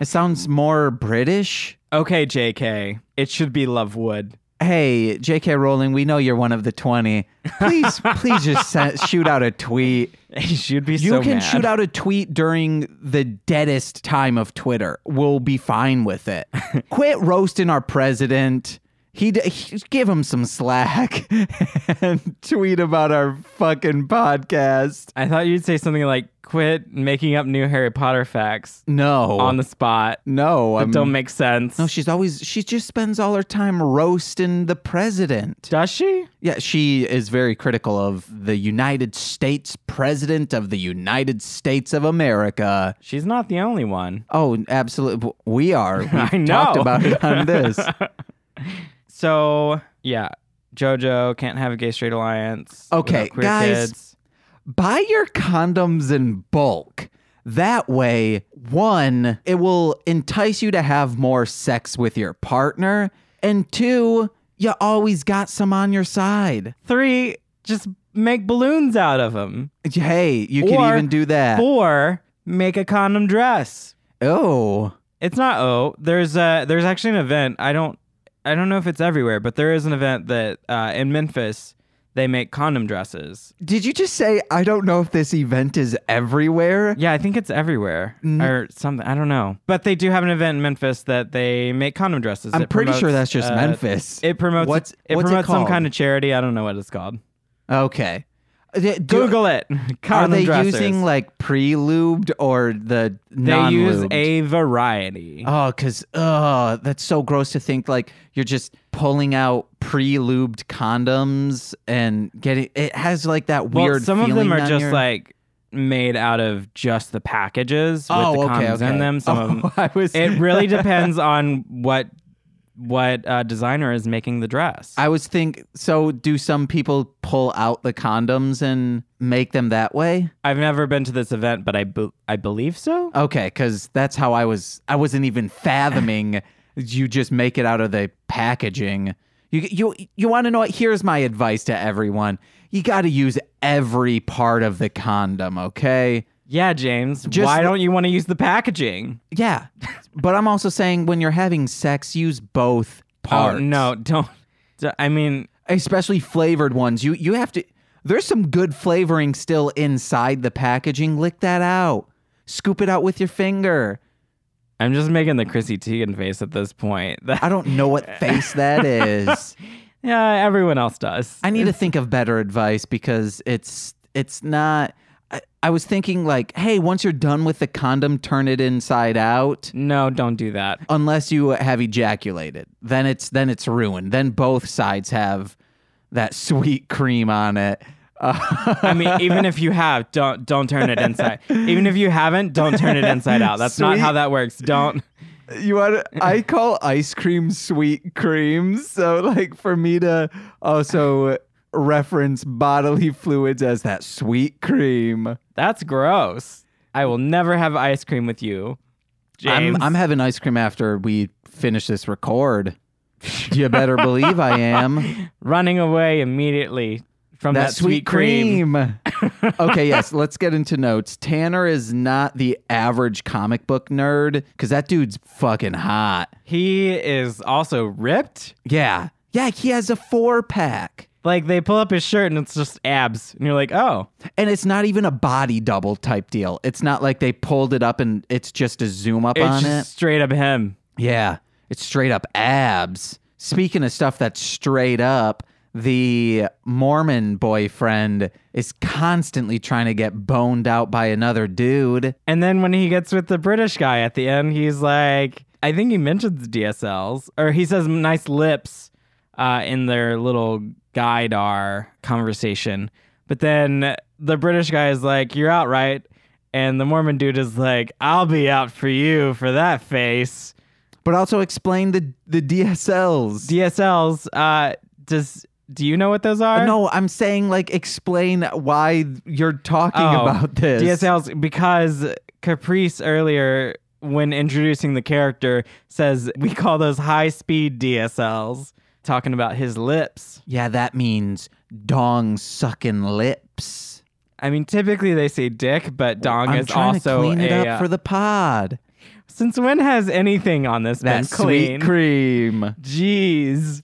Speaker 1: it sounds more British.
Speaker 2: Okay, JK. It should be Lovewood.
Speaker 1: Hey, J.K. Rowling, we know you're one of the 20. Please, please just sen- shoot out a tweet.
Speaker 2: She'd be
Speaker 1: You
Speaker 2: so
Speaker 1: can
Speaker 2: mad.
Speaker 1: shoot out a tweet during the deadest time of Twitter. We'll be fine with it. Quit roasting our president. He, d- he give him some slack and tweet about our fucking podcast.
Speaker 2: I thought you'd say something like, quit making up new Harry Potter facts
Speaker 1: No,
Speaker 2: on the spot
Speaker 1: no,
Speaker 2: that
Speaker 1: I'm
Speaker 2: don't make sense.
Speaker 1: No, she's always she just spends all her time roasting the president.
Speaker 2: Does she?
Speaker 1: Yeah, she is very critical of the United States president of the United States of America.
Speaker 2: She's not the only one.
Speaker 1: Oh, absolutely. We are. We've
Speaker 2: I know.
Speaker 1: talked about it on this.
Speaker 2: So, yeah. JoJo can't have a gay straight alliance.
Speaker 1: Okay,
Speaker 2: without queer
Speaker 1: guys.
Speaker 2: Kids.
Speaker 1: Buy your condoms in bulk. That way, one, it will entice you to have more sex with your partner, and two, you always got some on your side.
Speaker 2: Three, just make balloons out of them.
Speaker 1: Hey, you can
Speaker 2: Or
Speaker 1: even do that.
Speaker 2: Four, make a condom dress.
Speaker 1: oh.
Speaker 2: It's not O. There's uh there's actually an event. I don't I don't know if it's everywhere, but there is an event that uh, in Memphis they make condom dresses.
Speaker 1: Did you just say I don't know if this event is everywhere?
Speaker 2: Yeah, I think it's everywhere
Speaker 1: Mm-hmm.
Speaker 2: or something. I don't know, but they do have an event in Memphis that they make condom dresses.
Speaker 1: I'm
Speaker 2: It
Speaker 1: pretty sure
Speaker 2: promotes,
Speaker 1: that's just
Speaker 2: uh,
Speaker 1: Memphis.
Speaker 2: It promotes
Speaker 1: What's-
Speaker 2: it
Speaker 1: what's it
Speaker 2: promotes some
Speaker 1: called?
Speaker 2: kind of charity. I don't know what it's called.
Speaker 1: okay. Do-
Speaker 2: Google it.
Speaker 1: Are
Speaker 2: Condom
Speaker 1: they
Speaker 2: dressers.
Speaker 1: using like pre-lubed or the
Speaker 2: they use
Speaker 1: non-lubed?
Speaker 2: a variety.
Speaker 1: oh, because oh, that's so gross to think like you're just pulling out pre-lubed condoms and getting. It has like that
Speaker 2: Well,
Speaker 1: weird.
Speaker 2: some of them
Speaker 1: feeling
Speaker 2: are
Speaker 1: on
Speaker 2: just
Speaker 1: your-
Speaker 2: like made out of just the packages with
Speaker 1: Oh,
Speaker 2: the
Speaker 1: okay,
Speaker 2: condoms
Speaker 1: okay.
Speaker 2: in them. Some of them.
Speaker 1: Oh, I was.
Speaker 2: it really depends on what what uh, designer is making the dress.
Speaker 1: I was think so. Do some people pull out the condoms and make them that way?
Speaker 2: I've never been to this event, but I be- I believe so.
Speaker 1: Okay, because that's how I was. I wasn't even fathoming. you just make it out of the packaging. You you you want to know what? Here's my advice to everyone. You got to use every part of the condom, okay?
Speaker 2: Yeah, James.
Speaker 1: Just-
Speaker 2: why don't you want to use the packaging?
Speaker 1: Yeah. but I'm also saying when you're having sex, use both parts.
Speaker 2: Oh, no, don't. d- I mean,
Speaker 1: Especially flavored ones. You you have to There's some good flavoring still inside the packaging. Lick that out. Scoop it out with your finger.
Speaker 2: I'm just making the Chrissy Teigen face at this point.
Speaker 1: I don't know what face that is.
Speaker 2: yeah, everyone else does.
Speaker 1: I need to think of better advice because it's it's not. I, I was thinking like, hey, once you're done with the condom, turn it inside out.
Speaker 2: no, don't do that.
Speaker 1: Unless you have ejaculated, then it's then it's ruined. Then both sides have that sweet cream on it. Uh,
Speaker 2: I mean, even if you have, don't don't turn it inside. Even if you haven't, don't turn it inside out. That's not
Speaker 1: Sweet.
Speaker 2: how that works. Don't.
Speaker 1: you want? I call ice cream sweet cream. So like for me to also reference bodily fluids as that sweet cream.
Speaker 2: That's gross. I will never have ice cream with you, James.
Speaker 1: I'm, I'm having ice cream after we finish this record. you better believe I am. That,
Speaker 2: running away immediately from that, sweet cream.
Speaker 1: cream. okay, yes, let's get into notes. Tanner is not the average comic book nerd because that dude's fucking hot.
Speaker 2: He is also ripped.
Speaker 1: Yeah. Yeah, he has a four pack.
Speaker 2: Like they pull up his shirt and it's just abs, and you're like, oh,
Speaker 1: And it's not even a body double type deal. It's not like they pulled it up and it's just a zoom up
Speaker 2: it's
Speaker 1: on
Speaker 2: just
Speaker 1: it.
Speaker 2: straight up him.
Speaker 1: Yeah, it's straight up abs. Speaking of stuff that's straight up, the Mormon boyfriend is constantly trying to get boned out by another dude.
Speaker 2: And then when he gets with the British guy at the end, he's like, I think he mentions DSLs, or he says nice lips uh, in their little guidar conversation. But then the British guy is like, You're out, right? And the Mormon dude is like, I'll be out for you for that face.
Speaker 1: But also explain the the DSLs.
Speaker 2: DSLs, uh, does do you know what those are?
Speaker 1: no, I'm saying like explain why you're talking
Speaker 2: Oh,
Speaker 1: about this.
Speaker 2: DSLs because Caprice earlier when introducing the character says we call those high speed DSLs talking about his lips.
Speaker 1: Yeah, that means dong sucking lips.
Speaker 2: I mean typically they say dick but dong
Speaker 1: I'm
Speaker 2: is
Speaker 1: trying
Speaker 2: also
Speaker 1: to clean it
Speaker 2: a,
Speaker 1: up
Speaker 2: uh,
Speaker 1: for the pod.
Speaker 2: Since when has anything on this been
Speaker 1: That
Speaker 2: clean?
Speaker 1: sweet cream.
Speaker 2: Jeez.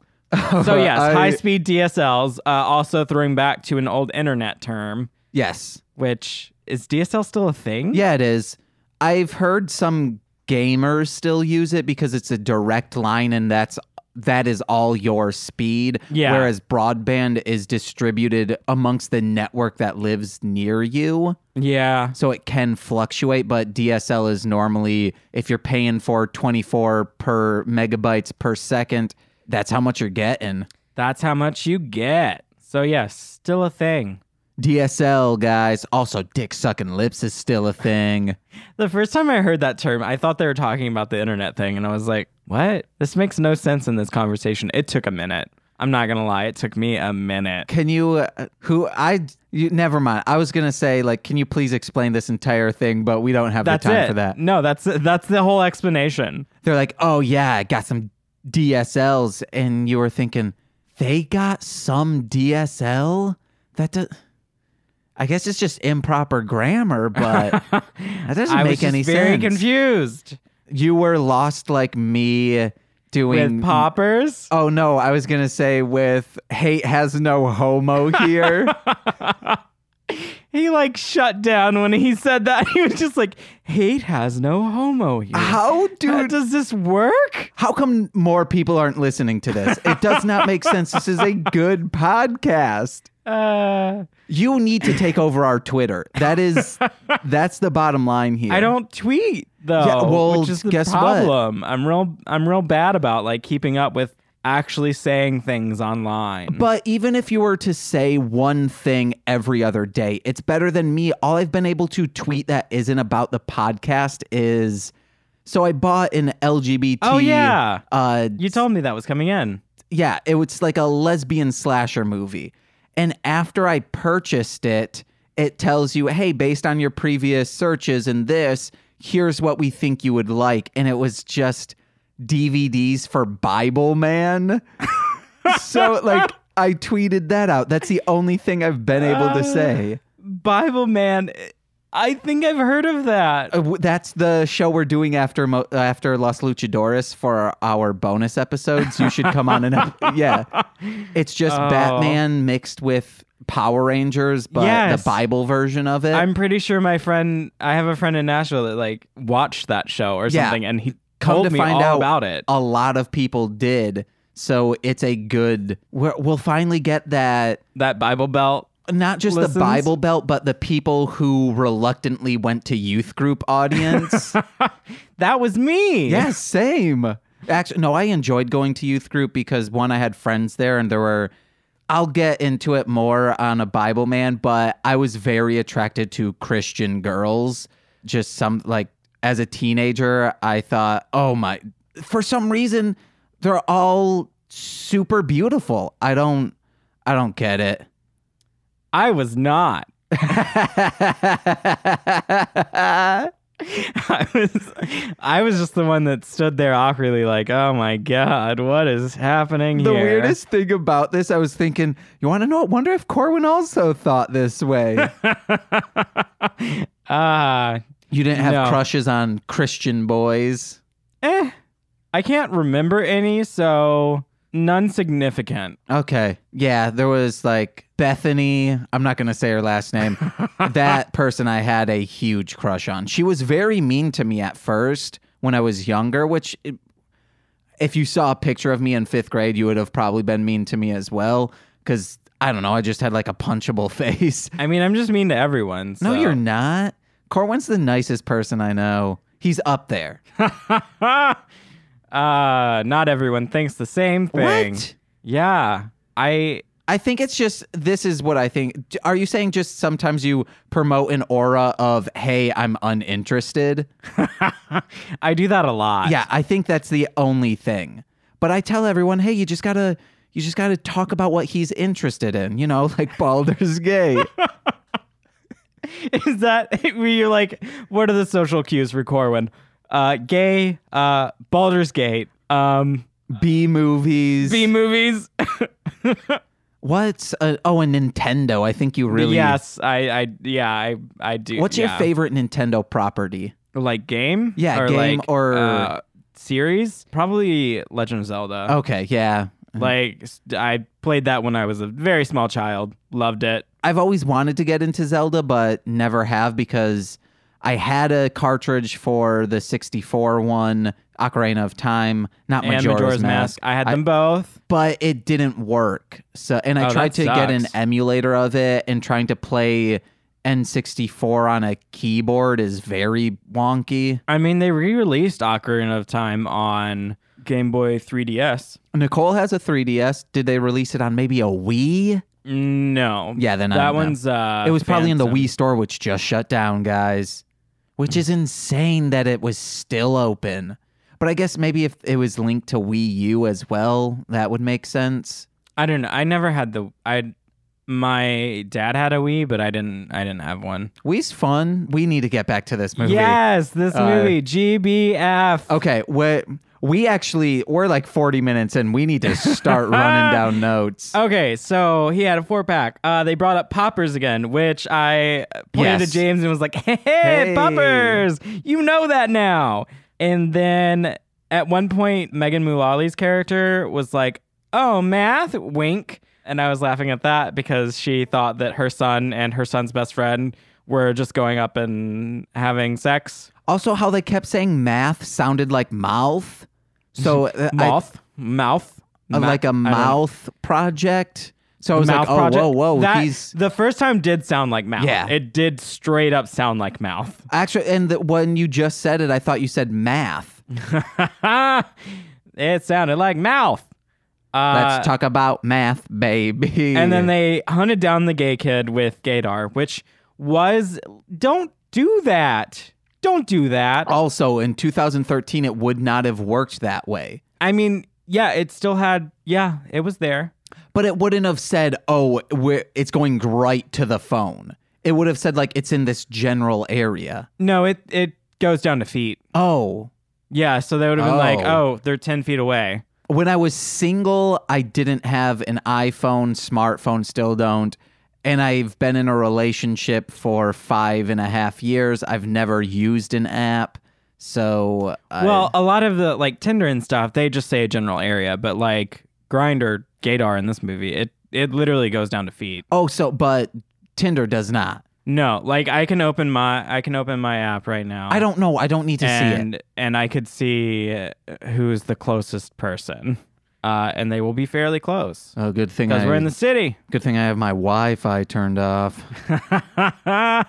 Speaker 2: So yes,
Speaker 1: I-
Speaker 2: high speed DSLs uh, also throwing back to an old internet term
Speaker 1: Yes.
Speaker 2: which is DSL still a thing?
Speaker 1: Yeah, it is. I've heard some gamers still use it because it's a direct line and that's that is all your speed.
Speaker 2: Yeah.
Speaker 1: Whereas broadband is distributed amongst the network that lives near you.
Speaker 2: Yeah.
Speaker 1: So it can fluctuate, but DSL is normally if you're paying for 24 per megabytes per second, that's how much you're getting.
Speaker 2: That's how much you get. So yes, still a thing.
Speaker 1: DSL guys, also dick sucking lips is still a thing.
Speaker 2: The first time I heard that term, I thought they were talking about the internet thing, and I was like, what? This makes no sense in this conversation. It took a minute. I'm not going to lie. It took me a minute.
Speaker 1: Can you, uh, who I, you, never mind. I was going to say, like, can you please explain this entire thing? But we don't have
Speaker 2: That's
Speaker 1: the time
Speaker 2: it.
Speaker 1: for that.
Speaker 2: No, that's that's the whole explanation.
Speaker 1: They're like, oh, yeah, I got some DSLs. And you were thinking, they got some DSL? That does, I guess it's just improper grammar, but that doesn't
Speaker 2: I was
Speaker 1: make any
Speaker 2: just very
Speaker 1: sense.
Speaker 2: confused
Speaker 1: You were lost like me doing
Speaker 2: with poppers.
Speaker 1: Oh no, I was gonna say with hate has no homo here.
Speaker 2: He like shut down when he said that. He was just like, "Hate has no homo here."
Speaker 1: How do
Speaker 2: does this work?
Speaker 1: how come more people aren't listening to this? It does not make sense. This is a good podcast.
Speaker 2: Uh,
Speaker 1: You need to take over our Twitter. That is that's the bottom line here.
Speaker 2: I don't tweet though,
Speaker 1: Yeah, well,
Speaker 2: which is the
Speaker 1: guess what?
Speaker 2: problem. I'm real I'm real bad about like keeping up with actually saying things online.
Speaker 1: but even if you were to say one thing every other day, it's better than me. All I've been able to tweet that isn't about the podcast is so I bought an LGBT
Speaker 2: Oh, yeah.
Speaker 1: uh
Speaker 2: you told me that was coming in.
Speaker 1: yeah, it was like a lesbian slasher movie. And after I purchased it, it tells you, hey, based on your previous searches and this, here's what we think you would like. And it was just DVDs for Bible Man. so like I tweeted that out. That's the only thing I've been able to say.
Speaker 2: Bible Man. I think I've heard of that.
Speaker 1: Uh, w- That's the show we're doing after Mo- uh, after Los Luchadores for our bonus episodes. You should come on and yeah, it's just
Speaker 2: Oh.
Speaker 1: Batman mixed with Power Rangers, but
Speaker 2: Yes.
Speaker 1: the Bible version of it.
Speaker 2: I'm pretty sure my friend, I have a friend in Nashville that like watched that show or
Speaker 1: Yeah.
Speaker 2: something, and he
Speaker 1: Come
Speaker 2: told
Speaker 1: to
Speaker 2: me
Speaker 1: find
Speaker 2: all
Speaker 1: out-
Speaker 2: about it.
Speaker 1: a lot of people did. So it's a good. We're, we'll finally get that.
Speaker 2: That Bible Belt.
Speaker 1: Not just the
Speaker 2: Listens.
Speaker 1: Bible Belt, but the people who reluctantly went to youth group audience.
Speaker 2: that was me.
Speaker 1: Yeah, same. Actually, no, I enjoyed going to youth group because one, I had friends there, and there were. I'll get into it more on a Bible man, but I was very attracted to Christian girls. Just some like as a teenager, I thought, oh my, for some reason, they're all super beautiful. I don't, I don't get it.
Speaker 2: I was not. I was, I was just the one that stood there awkwardly, like, "Oh my god, what is happening
Speaker 1: The
Speaker 2: here?"
Speaker 1: weirdest thing about this, I was thinking, you want to know? I wonder if Corwin also thought this way.
Speaker 2: Ah,
Speaker 1: you didn't have
Speaker 2: No.
Speaker 1: crushes on Christian boys.
Speaker 2: eh. I can't remember any, so none significant.
Speaker 1: Okay. Yeah, there was like Bethany. I'm not going to say her last name. that person I had a huge crush on. She was very mean to me at first when I was younger, which it- if you saw a picture of me in fifth grade, you would have probably been mean to me as well. Cause I don't know. I just had like a punchable face.
Speaker 2: I mean, I'm just mean to everyone.
Speaker 1: No,
Speaker 2: so.
Speaker 1: you're not. Corwin's the nicest person I know. He's up there.
Speaker 2: uh, not everyone thinks the same thing.
Speaker 1: What?
Speaker 2: Yeah. I
Speaker 1: I think it's just this is what I think. D- Are you saying just sometimes you promote an aura of hey, I'm uninterested?
Speaker 2: I do that a lot.
Speaker 1: Yeah, I think that's the only thing. But I tell everyone, hey, you just got to you just got to talk about what he's interested in, you know, like Baldur's Gate.
Speaker 2: Is that were you like what are the social cues for Corwin? Uh gay, uh Baldur's Gate, um
Speaker 1: B movies.
Speaker 2: B movies.
Speaker 1: What's a, oh, a Nintendo. I think you really
Speaker 2: Yes, I I yeah, I I do.
Speaker 1: What's your
Speaker 2: yeah.
Speaker 1: favorite Nintendo property?
Speaker 2: like game?
Speaker 1: Yeah,
Speaker 2: or
Speaker 1: game
Speaker 2: like,
Speaker 1: or-
Speaker 2: uh, series? Probably Legend of Zelda.
Speaker 1: Okay, yeah.
Speaker 2: Like s- I played that when I was a very small child. Loved it.
Speaker 1: I've always wanted to get into Zelda, but never have because I had a cartridge for the 64 one, Ocarina of Time, not
Speaker 2: and
Speaker 1: Majora's, Mask,
Speaker 2: I had them both.
Speaker 1: but it didn't work. So, and I
Speaker 2: Oh,
Speaker 1: tried
Speaker 2: that
Speaker 1: to get an
Speaker 2: sucks.
Speaker 1: emulator of it, and trying to play N64 on a keyboard is very wonky.
Speaker 2: I mean, they re-released Ocarina of Time on Game Boy 3DS.
Speaker 1: Nicole has a 3DS. Did they release it on maybe a Wii?
Speaker 2: No.
Speaker 1: Yeah, then I
Speaker 2: that
Speaker 1: don't know.
Speaker 2: one's uh
Speaker 1: it was probably in the
Speaker 2: Phantom.
Speaker 1: Wii store, which just shut down, guys. Which is insane that it was still open. But I guess maybe if it was linked to Wii U as well, that would make sense.
Speaker 2: I don't know. I never had the I my dad had a Wii, but I didn't I didn't have one.
Speaker 1: Wii's fun. We need to get back to this movie.
Speaker 2: Yes, this
Speaker 1: Uh, oh.
Speaker 2: movie GBF.
Speaker 1: Okay. What we actually we're like 40 minutes in. We need to start running down notes.
Speaker 2: Okay, so he had a four pack. Uh, they brought up poppers again, which I pointed
Speaker 1: Yes.
Speaker 2: to James and was like, "Hey, hey,
Speaker 1: Hey.
Speaker 2: poppers! You know that now." And then at one point, Megan Mullally's character was like, "Oh, math, wink," and I was laughing at that because she thought that her son and her son's best friend were just going up and having sex.
Speaker 1: Also, how they kept saying math sounded like mouth. So uh, I-
Speaker 2: Mouth, mouth,
Speaker 1: uh,
Speaker 2: ma-
Speaker 1: like
Speaker 2: I
Speaker 1: a
Speaker 2: don't-
Speaker 1: mouth project. So I was like,
Speaker 2: mouth
Speaker 1: oh,
Speaker 2: project.
Speaker 1: whoa, whoa,
Speaker 2: That-
Speaker 1: he's
Speaker 2: the first time did sound like mouth.
Speaker 1: Yeah.
Speaker 2: it did straight up sound like mouth.
Speaker 1: Actually, and the, when you just said it, I thought you said math.
Speaker 2: it sounded like mouth. Uh,
Speaker 1: Let's talk about math, baby.
Speaker 2: and then they hunted down the gay kid with Gadar, which was don't do that. Don't do that.
Speaker 1: also in 2013, it would not have worked that way.
Speaker 2: I mean, yeah, it still had. Yeah, it was there.
Speaker 1: But it wouldn't have said, "Oh, we're, it's going right to the phone." It would have said, "Like it's in this general area."
Speaker 2: No, it it goes down to feet.
Speaker 1: Oh,
Speaker 2: Yeah, so they would have been like,
Speaker 1: Oh.
Speaker 2: oh, they're ten feet away.
Speaker 1: When I was single, I didn't have an iPhone, smartphone, still don't. And I've been in a relationship for five and a half years. I've never used an app. So, I-
Speaker 2: Well, a lot of the like Tinder and stuff, they just say a general area, but like Grinder, Gaydar in this movie, it it literally goes down to feet.
Speaker 1: oh, so, but Tinder does not.
Speaker 2: No, like I can open my I can open my app right now.
Speaker 1: I don't know. I don't need to see it.
Speaker 2: and and I could see uh, who's the closest person, uh, and they will be fairly close
Speaker 1: Oh, good thing
Speaker 2: because
Speaker 1: I,
Speaker 2: we're in the city.
Speaker 1: good thing I have my Wi-Fi turned off.
Speaker 2: uh,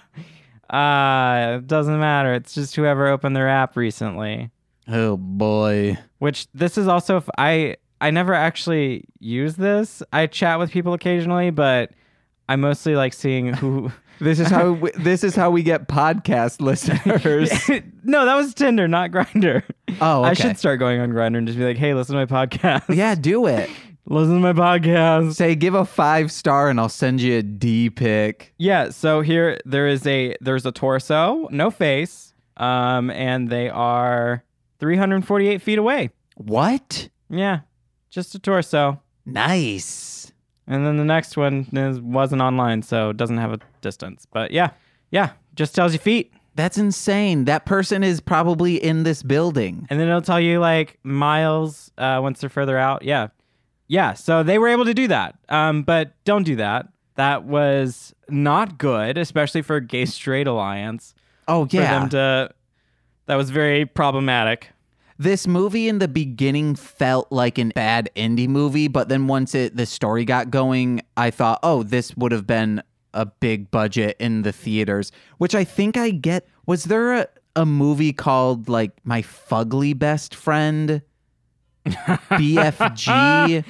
Speaker 2: it doesn't matter. It's just whoever opened their app recently.
Speaker 1: Oh boy.
Speaker 2: Which this is also if I I never actually use this. I chat with people occasionally, but I mostly like seeing who.
Speaker 1: This is how we, this is how we get podcast listeners.
Speaker 2: no, that was Tinder, not Grinder.
Speaker 1: oh, okay.
Speaker 2: I should start going on Grinder and just be like, "Hey, listen to my podcast.
Speaker 1: Yeah, do it.
Speaker 2: listen to my podcast."
Speaker 1: Say give a five star and I'll send you a D pic.
Speaker 2: Yeah, so here there is a there's a torso, no face, um, and they are 348 feet away.
Speaker 1: What?
Speaker 2: Yeah, just a torso.
Speaker 1: Nice.
Speaker 2: And then the next one is, wasn't online, so it doesn't have a distance. But yeah, yeah, just tells you feet,
Speaker 1: That's insane. That person is probably in this building.
Speaker 2: and then it'll tell you like miles uh, once they're further out. Yeah, yeah. So they were able to do that, um, but don't do that. That was not good, especially for Gay Straight Alliance.
Speaker 1: Oh
Speaker 2: for
Speaker 1: yeah.
Speaker 2: them to. That was very problematic.
Speaker 1: this movie in the beginning felt like an bad indie movie, but then once it the story got going, I thought, oh, this would have been a big budget in the theaters, which I think I get. Was there a, a movie called like My Fugly Best Friend, BFG,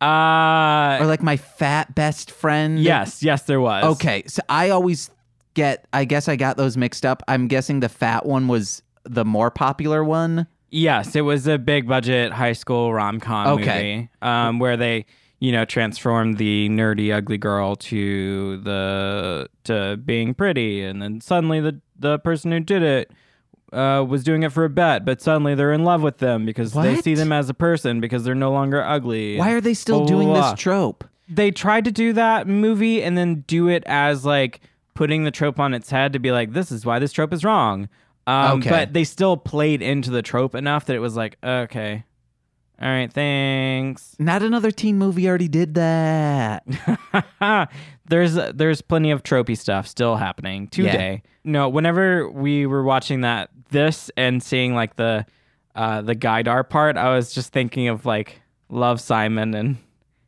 Speaker 2: Uh
Speaker 1: or like My Fat Best Friend?
Speaker 2: yes, yes, there was.
Speaker 1: Okay, so I always get. I guess I got those mixed up. I'm guessing the fat one was the more popular one.
Speaker 2: Yes, it was a big budget high school rom com
Speaker 1: Okay.
Speaker 2: movie. Um, where they, you know, transformed the nerdy ugly girl to the to being pretty and then suddenly the the person who did it uh, was doing it for a bet, but suddenly they're in love with them because they
Speaker 1: What?
Speaker 2: see them as a person because they're no longer ugly.
Speaker 1: Why are they still
Speaker 2: Blah, blah,
Speaker 1: doing
Speaker 2: blah.
Speaker 1: this trope?
Speaker 2: they tried to do that movie and then do it as like putting the trope on its head to be like this is why this trope is wrong um,
Speaker 1: Okay.
Speaker 2: but they still played into the trope enough that it was like okay all right thanks
Speaker 1: Not another teen movie already did that.
Speaker 2: there's there's plenty of tropey stuff still happening today no whenever we were watching that this and seeing like the uh the guidar part i was just thinking of like love simon and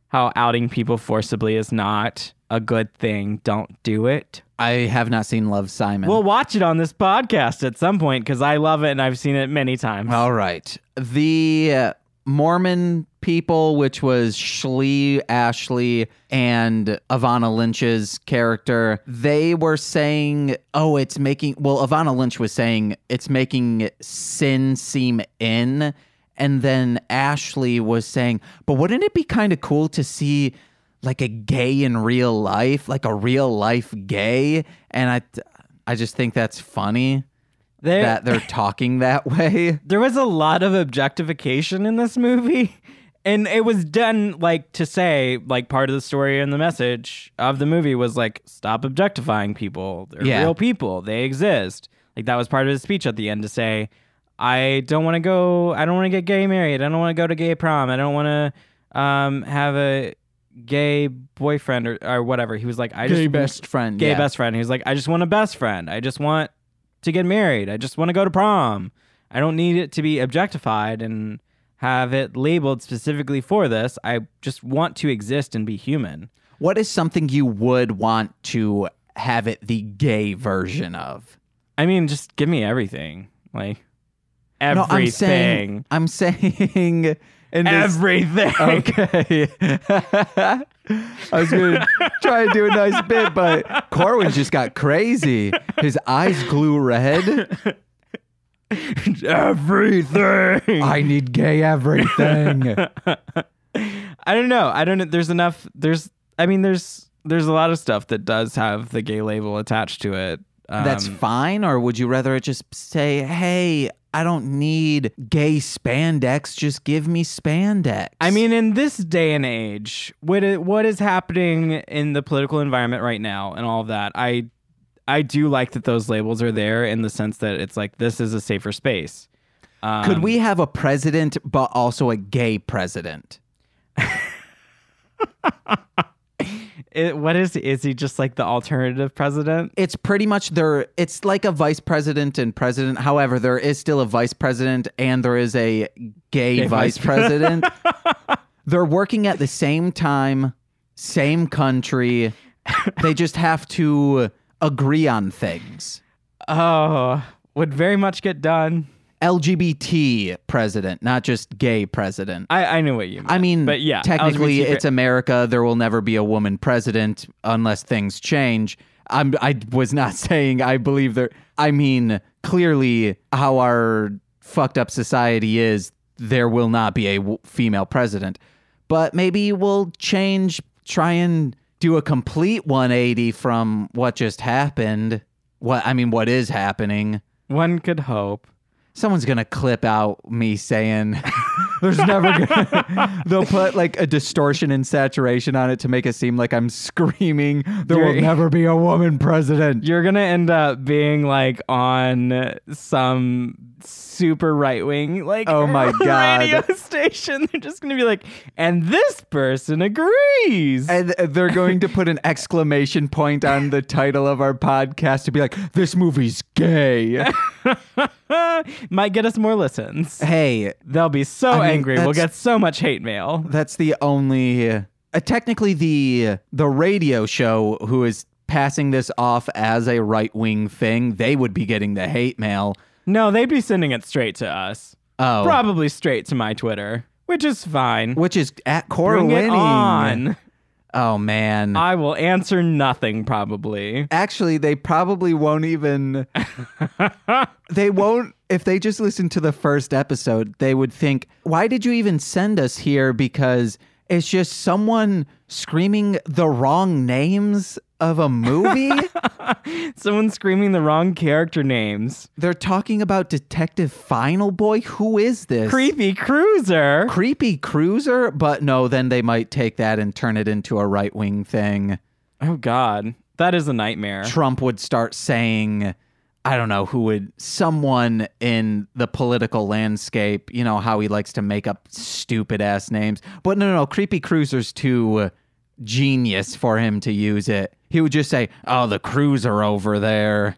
Speaker 2: how outing people forcibly is not a good thing. Don't do it.
Speaker 1: I have not seen Love Simon.
Speaker 2: We'll watch it on this podcast at some point because I love it and I've seen it many times.
Speaker 1: all right. The uh, Mormon people, which was Shlee Ashley and Ivana Lynch's character, they were saying, oh, it's making, well, Ivana Lynch was saying it's making sin seem in. And then Ashley was saying, but wouldn't it be kind of cool to see like a gay in real life, like a real life gay? And I, I just think that's funny
Speaker 2: there,
Speaker 1: that they're talking that way.
Speaker 2: there was a lot of objectification in this movie. And it was done like to say, like part of the story and the message of the movie was like, stop objectifying people. They're
Speaker 1: Yeah.
Speaker 2: real people. They exist. Like that was part of his speech at the end to say, I don't want to go. I don't want to get gay married. I don't want to go to gay prom. I don't want to um, have a gay boyfriend or, or whatever. He was like, I just
Speaker 1: friend.
Speaker 2: gay
Speaker 1: yeah.
Speaker 2: best friend. He was like, I just want a best friend. I just want to get married. I just want to go to prom. I don't need it to be objectified and have it labeled specifically for this. I just want to exist and be human.
Speaker 1: What is something you would want to have it the gay version of?
Speaker 2: I mean, just give me everything. Like
Speaker 1: No,
Speaker 2: everything.
Speaker 1: I'm saying. I'm saying. In this,
Speaker 2: everything.
Speaker 1: okay. I was gonna try and do a nice bit, but Corwin just got crazy. His eyes glue red.
Speaker 2: everything.
Speaker 1: I need gay everything.
Speaker 2: I don't know. I don't know. There's enough. There's. I mean, there's. There's a lot of stuff that does have the gay label attached to it. Um,
Speaker 1: That's fine, or would you rather it just say, "Hey, I don't need gay spandex. Just give me spandex.
Speaker 2: I mean, in this day and age, what i- what is happening in the political environment right now and all of that, I I do like that those labels are there in the sense that it's like this is a safer space. Um,
Speaker 1: could we have a president, but also a gay president?
Speaker 2: It, what is is he just like the alternative president?
Speaker 1: It's pretty much there. It's like a vice president and president. However, there is still a vice president and there is a gay, vice
Speaker 2: vice
Speaker 1: president. They're working at the same time, same country. they just have to agree on things.
Speaker 2: Oh, would very much get done.
Speaker 1: LGBT president, not just gay president.
Speaker 2: I I know what you mean.
Speaker 1: I mean,
Speaker 2: but yeah,
Speaker 1: technically,
Speaker 2: LGBT
Speaker 1: it's America. There will never be a woman president unless things change. I'm, I was not saying I believe there. I mean, clearly, how our fucked up society is, there will not be a w- female president. But maybe we'll change, try and do a complete 180 from what just happened. What I mean, what is happening?
Speaker 2: one could hope.
Speaker 1: someone's gonna clip out me saying there's never gonna they'll put like a distortion and saturation on it to make it seem like i'm screaming there will
Speaker 2: You're-
Speaker 1: never be a woman president
Speaker 2: You're gonna end up being like on some super right wing like
Speaker 1: Oh my God.
Speaker 2: radio station. They're just gonna be like, and this person agrees.
Speaker 1: and they're going to put an exclamation point on the title of our podcast to be like this movie's gay
Speaker 2: Might get us more listens.
Speaker 1: hey
Speaker 2: They'll be so
Speaker 1: mean,
Speaker 2: angry. We'll
Speaker 1: that's-
Speaker 2: get so much hate mail.
Speaker 1: that's the only uh, technically the the radio show who is passing this off as a right-wing thing they would be getting the hate mail
Speaker 2: No, they'd be sending it straight to us.
Speaker 1: oh
Speaker 2: Probably straight to my Twitter, which is fine.
Speaker 1: which is at Cora
Speaker 2: Bring
Speaker 1: winning.
Speaker 2: it on.
Speaker 1: Oh man.
Speaker 2: I will answer nothing probably.
Speaker 1: Actually, they probably won't even they won't if they just listen to the first episode, they would think, "Why did you even send us here because it's just someone screaming the wrong names of a movie?
Speaker 2: Someone's screaming the wrong character names.
Speaker 1: They're talking about Detective Final Boy. Who is this?
Speaker 2: Creepy Cruiser.
Speaker 1: Creepy Cruiser, but no, then they might take that and turn it into a right wing thing.
Speaker 2: Oh God, that is a nightmare.
Speaker 1: Trump would start saying, I don't know who would, someone in the political landscape, you know, how he likes to make up stupid ass names. But no, no, no, Creepy Cruiser's too uh, genius for him to use it. He would just say, Oh, the cruiser over there.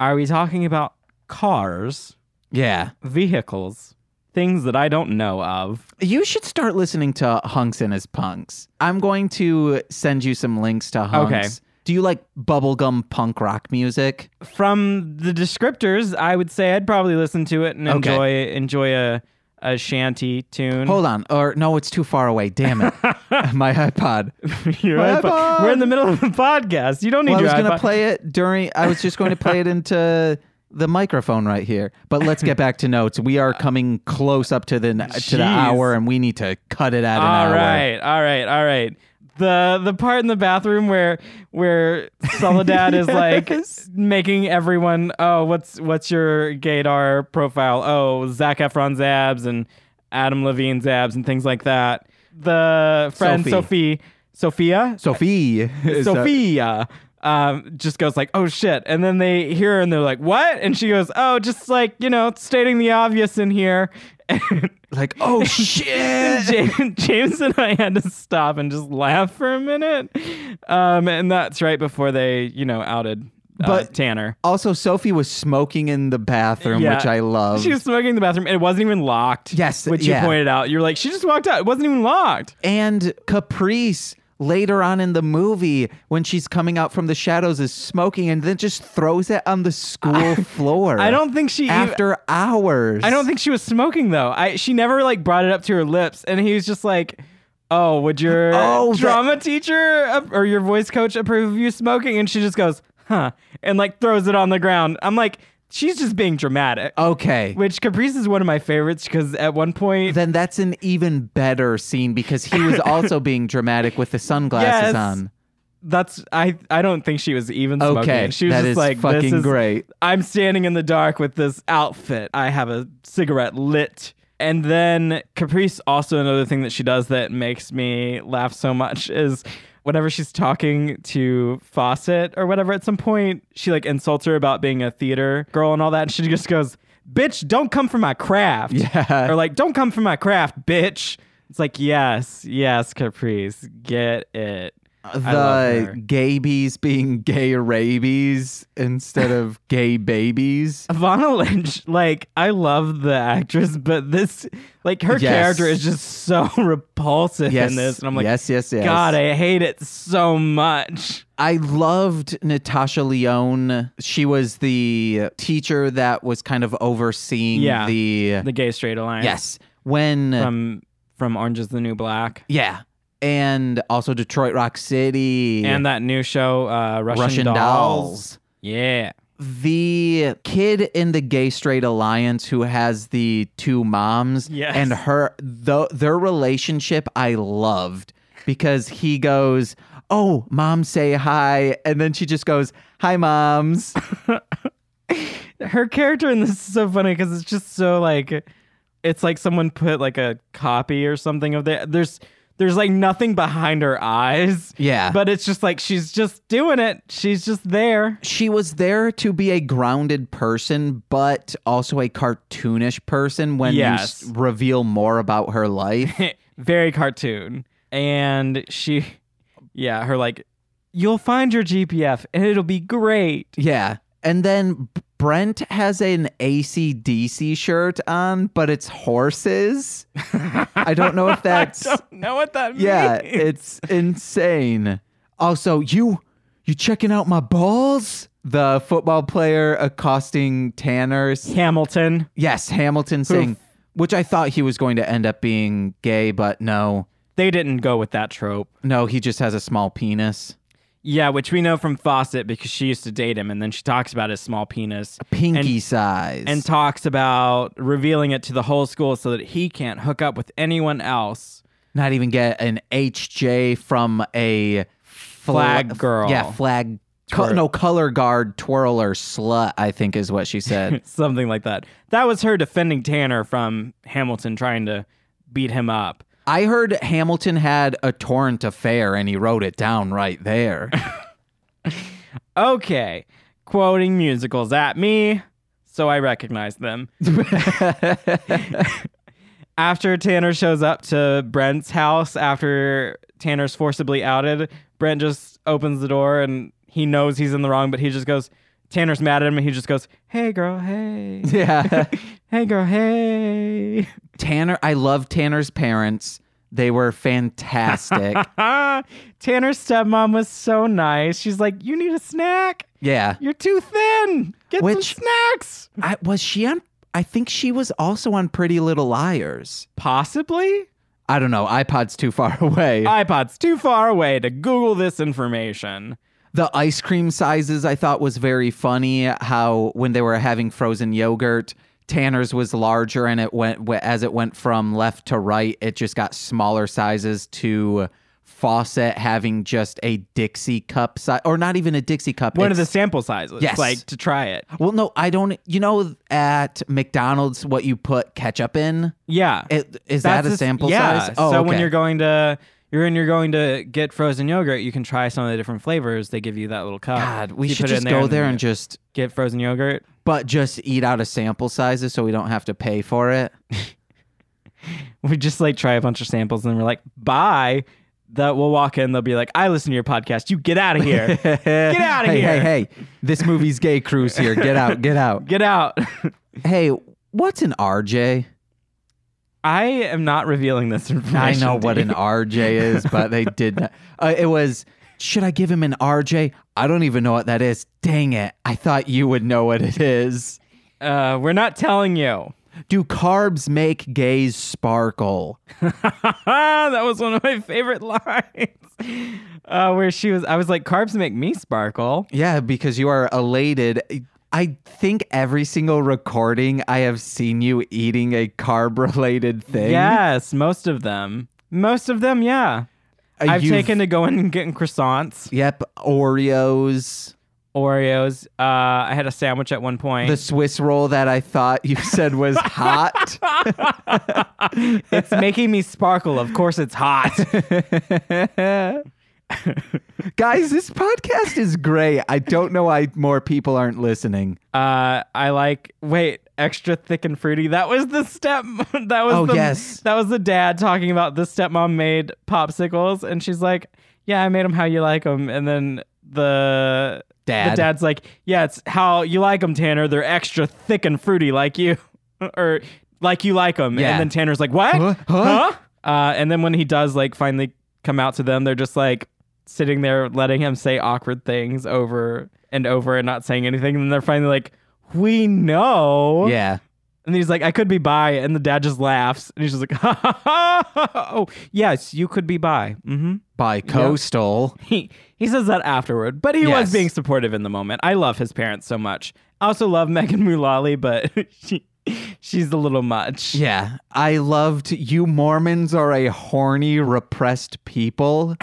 Speaker 2: Are we talking about cars,
Speaker 1: Yeah.
Speaker 2: vehicles, things that I don't know of?
Speaker 1: You should start listening to Hunks and His Punks. I'm going to send you some links to Hunks.
Speaker 2: Okay.
Speaker 1: Do you like bubblegum punk rock music?
Speaker 2: Mm-hmm. From the descriptors, I would say I'd probably listen to it and
Speaker 1: Okay.
Speaker 2: enjoy enjoy a a shanty tune.
Speaker 1: Hold on. Or no, it's too far away. Damn it. My iPod.
Speaker 2: Your
Speaker 1: My
Speaker 2: iPod-
Speaker 1: iPod.
Speaker 2: We're in the middle of a podcast. You don't need
Speaker 1: Well, I
Speaker 2: your
Speaker 1: was going to
Speaker 2: iPod.
Speaker 1: play it during. I was just going to play it into the microphone right here. But let's get back to notes. We are coming close up to the to the
Speaker 2: Jeez.
Speaker 1: hour, and we need to cut it at an
Speaker 2: All
Speaker 1: hour.
Speaker 2: right, all right, all right. The the part in the bathroom where where Soledad is like
Speaker 1: Yes.
Speaker 2: making everyone oh what's what's your gaydar profile oh Zach Efron's abs and Adam Levine's abs and things like that. The friend Sophie, Sophia
Speaker 1: Sophie. is that-
Speaker 2: Sophia um, just goes like, "Oh shit!" And then they hear her and they're like, "What?" And she goes, "Oh, just like you know, stating the obvious in here."
Speaker 1: like, oh shit.
Speaker 2: James, James and I had to stop and just laugh for a minute. Um, and that's right before they, you know, outed uh,
Speaker 1: But-
Speaker 2: Tanner.
Speaker 1: also, Sophie was smoking in the bathroom,
Speaker 2: Yeah.
Speaker 1: which I love.
Speaker 2: She was smoking in the bathroom. It wasn't even locked.
Speaker 1: Yes,
Speaker 2: Which
Speaker 1: yeah.
Speaker 2: you pointed out. You're like, she just walked out. It wasn't even locked.
Speaker 1: and Caprice later on in the movie when she's coming out from the shadows is smoking and then just throws it on the school floor.
Speaker 2: I don't think she. even-
Speaker 1: after hours.
Speaker 2: I don't think she was smoking though. I she never like brought it up to her lips, and he was just like, "Oh, would your
Speaker 1: Oh, that-
Speaker 2: drama teacher ap- or your voice coach approve of you smoking?" And she just goes, "Huh," and like throws it on the ground. I'm like, she's just being dramatic.
Speaker 1: Okay.
Speaker 2: Which Caprice is one of my favorites because at one point,
Speaker 1: Then that's an even better scene because he was also being dramatic with the sunglasses
Speaker 2: Yes.
Speaker 1: on.
Speaker 2: that's I I don't think she was even smoking.
Speaker 1: Okay,
Speaker 2: it. she was
Speaker 1: that
Speaker 2: just
Speaker 1: is
Speaker 2: like
Speaker 1: fucking
Speaker 2: this is,
Speaker 1: great.
Speaker 2: I'm standing in the dark with this outfit. I have a cigarette lit. And then Caprice also another thing that she does that makes me laugh so much is whenever she's talking to Fawcett or whatever at some point she like insults her about being a theater girl and all that and she just goes, "Bitch, don't come for my craft."
Speaker 1: Yeah.
Speaker 2: Or like, "Don't come for my craft, bitch." It's like, "Yes, yes, Caprice, get it." I love her.
Speaker 1: The gabies being gay rabies instead of gay babies.
Speaker 2: Ivana Lynch, like I love the actress, but this, like her
Speaker 1: Yes.
Speaker 2: character is just so repulsive
Speaker 1: Yes.
Speaker 2: in this, and I'm like,
Speaker 1: yes, yes, yes.
Speaker 2: God, I hate it so much.
Speaker 1: I loved Natasha Leone. She was the teacher that was kind of overseeing
Speaker 2: Yeah.
Speaker 1: the,
Speaker 2: The Gay Straight Alliance,
Speaker 1: yes when
Speaker 2: from from Orange Is the New Black,
Speaker 1: yeah and also Detroit Rock City
Speaker 2: and that new show, uh, Russian,
Speaker 1: Russian
Speaker 2: Dolls.
Speaker 1: Dolls.
Speaker 2: Yeah,
Speaker 1: The kid in the Gay Straight Alliance who has the two moms
Speaker 2: Yes.
Speaker 1: and her the, their relationship I loved because he goes, "Oh, mom say hi." And then she just goes, "Hi moms."
Speaker 2: her character in this is so funny because it's just so like, it's like someone put like a copy or something of there. There's there's like nothing behind her eyes.
Speaker 1: Yeah.
Speaker 2: but it's just like she's just doing it. She's just there.
Speaker 1: she was there to be a grounded person, but also a cartoonish person when
Speaker 2: Yes.
Speaker 1: you s- reveal more about her life.
Speaker 2: Very cartoon. And she yeah, her like you'll find your GPF and it'll be great.
Speaker 1: yeah. And then Brent has an ACDC shirt on, but it's horses. I don't know if that's.
Speaker 2: Don't know what that
Speaker 1: yeah,
Speaker 2: means.
Speaker 1: it's insane. Also, you. You checking out my balls? The football player accosting Tanner's
Speaker 2: Hamilton.
Speaker 1: Yes, Hamilton saying, which I thought he was going to end up being gay, but no,
Speaker 2: They didn't go with that trope.
Speaker 1: no, he just has a small penis.
Speaker 2: Yeah, which we know from Fawcett because she used to date him and then she talks about his small penis
Speaker 1: Pinky size.
Speaker 2: and talks about revealing it to the whole school so that he can't hook up with anyone else.
Speaker 1: not even get an HJ from a fla-
Speaker 2: Flag girl.
Speaker 1: Yeah, flag. Co-
Speaker 2: Twirl.
Speaker 1: no, color guard, twirler, slut, I think is what she said.
Speaker 2: something like that. That was her defending Tanner from Hamilton trying to beat him up.
Speaker 1: I heard Hamilton had a torrent affair and he wrote it down right there.
Speaker 2: Okay, quoting musicals at me, so I recognize them. After Tanner shows up to Brent's house, after Tanner's forcibly outed, Brent just opens the door and he knows he's in the wrong, but he just goes, Tanner's mad at him and he just goes, Hey girl, hey.
Speaker 1: yeah.
Speaker 2: hey girl, hey.
Speaker 1: Tanner, I love Tanner's parents. They were fantastic.
Speaker 2: Ah, Tanner's stepmom was so nice. She's like, "You need a snack.
Speaker 1: yeah.
Speaker 2: You're too thin. Get
Speaker 1: Which-
Speaker 2: some snacks."
Speaker 1: I was she on I think she was also on Pretty Little Liars.
Speaker 2: Possibly.
Speaker 1: I don't know. iPod's too far away.
Speaker 2: iPod's too far away to Google this information.
Speaker 1: the ice cream sizes I thought was very funny how when they were having frozen yogurt, Tanner's was larger and it went wh- as it went from left to right, it just got smaller sizes to Fawcett having just a Dixie cup size or not even a Dixie cup.
Speaker 2: One of the
Speaker 1: it's-
Speaker 2: sample sizes.
Speaker 1: Yes.
Speaker 2: Like to try it.
Speaker 1: Well, no, I don't. You know, at McDonald's, what you put ketchup in?
Speaker 2: Yeah.
Speaker 1: It, is that a
Speaker 2: s-
Speaker 1: sample
Speaker 2: yeah.
Speaker 1: size? Oh,
Speaker 2: so when
Speaker 1: okay.
Speaker 2: you're going to you're in you're going to get frozen yogurt, you can try some of the different flavors. They give you that little cup.
Speaker 1: God, we
Speaker 2: You
Speaker 1: should
Speaker 2: put it in
Speaker 1: just go
Speaker 2: and
Speaker 1: there
Speaker 2: then
Speaker 1: and just,
Speaker 2: get frozen yogurt.
Speaker 1: but just eat out of sample sizes so we don't have to pay for it.
Speaker 2: we just like try a bunch of samples and we're like, bye. That we'll walk in, they'll be like, I listen to your podcast. You get out of here.
Speaker 1: get
Speaker 2: outta
Speaker 1: hey,
Speaker 2: here.
Speaker 1: Hey, hey, this movie's gay cruise here. Get out, get out.
Speaker 2: get out.
Speaker 1: Hey, what's an RJ?
Speaker 2: I am not revealing this information.
Speaker 1: I know
Speaker 2: to
Speaker 1: what
Speaker 2: you.
Speaker 1: an RJ is, but they did not. Uh, it was, should I give him an RJ? I don't even know what that is. Dang it. I thought you would know what it is.
Speaker 2: Uh, we're not telling you.
Speaker 1: Do carbs make gays sparkle?
Speaker 2: that was one of my favorite lines. Uh, where she was, I was like, carbs make me sparkle.
Speaker 1: Yeah, because you are elated. I think every single recording I have seen you eating a carb related thing.
Speaker 2: Yes, most of them. Most of them, yeah.
Speaker 1: Uh,
Speaker 2: I've
Speaker 1: you've-
Speaker 2: taken to going and getting croissants,
Speaker 1: Yep, Oreos.
Speaker 2: Oreos. Uh, I had a sandwich at one point.
Speaker 1: The Swiss roll that I thought you said was hot.
Speaker 2: it's making me sparkle. Of course, it's hot.
Speaker 1: Guys, this podcast is great. I don't know why more people aren't listening.
Speaker 2: Uh, I like wait, extra thick and fruity. That was the step. That was
Speaker 1: Oh,
Speaker 2: the,
Speaker 1: yes.
Speaker 2: That was the dad talking about the stepmom made popsicles, and she's like, "Yeah, I made them how you like them." And then the
Speaker 1: Dad.
Speaker 2: the dad's like, "Yeah, it's how you like them, Tanner. They're extra thick and fruity, like you, or like you like them."
Speaker 1: Yeah.
Speaker 2: And then Tanner's like, "What?
Speaker 1: Huh? Huh?
Speaker 2: Huh?" Uh, and then when he does like finally come out to them, they're just like sitting there letting him say awkward things over and over and not saying anything. And then they're finally like, "We know."
Speaker 1: Yeah.
Speaker 2: And he's like, "I could be bi," and the dad just laughs, and he's just like, "Ha ha ha! ha, ha. Oh, yes, you could be bi." Mm-hmm.
Speaker 1: By coastal.
Speaker 2: He he says that afterward, but he
Speaker 1: Yes.
Speaker 2: was being supportive in the moment. I love his parents so much. I also love Megan Mullally, but she she's a little much.
Speaker 1: Yeah. I loved you Mormons are a horny, repressed people.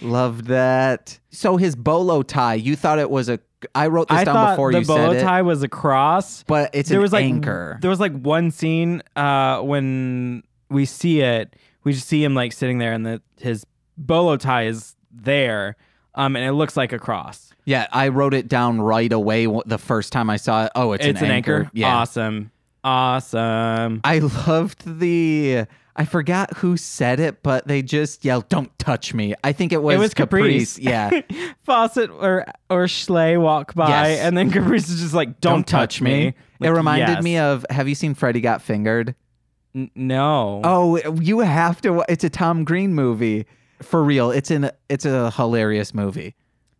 Speaker 1: loved that. So his bolo tie, you thought it was a I wrote this
Speaker 2: I
Speaker 1: down
Speaker 2: thought
Speaker 1: before
Speaker 2: the
Speaker 1: you
Speaker 2: bow
Speaker 1: said it.
Speaker 2: tie was a cross.
Speaker 1: But it's
Speaker 2: there
Speaker 1: an
Speaker 2: was like
Speaker 1: anchor.
Speaker 2: there was like one scene uh, when we see it, we just see him like sitting there, and the, his bolo tie is there, um, and it looks like a cross.
Speaker 1: yeah, I wrote it down right away w- the first time I saw it. Oh, it's,
Speaker 2: It's, an, anchor.
Speaker 1: Yeah.
Speaker 2: Awesome. Awesome.
Speaker 1: I loved the. I forgot who said it, but they just yelled, "Don't touch me." I think it was,
Speaker 2: it was Caprice.
Speaker 1: Yeah,
Speaker 2: Fawcett or or Schley walk by,
Speaker 1: Yes.
Speaker 2: and then Caprice is just like, "Don't, touch me."
Speaker 1: It reminded me
Speaker 2: Of-
Speaker 1: of. Have you seen Freddy Got Fingered?
Speaker 2: no.
Speaker 1: Oh, you have to. wa- It's a Tom Green movie. For real, it's an it's a hilarious movie.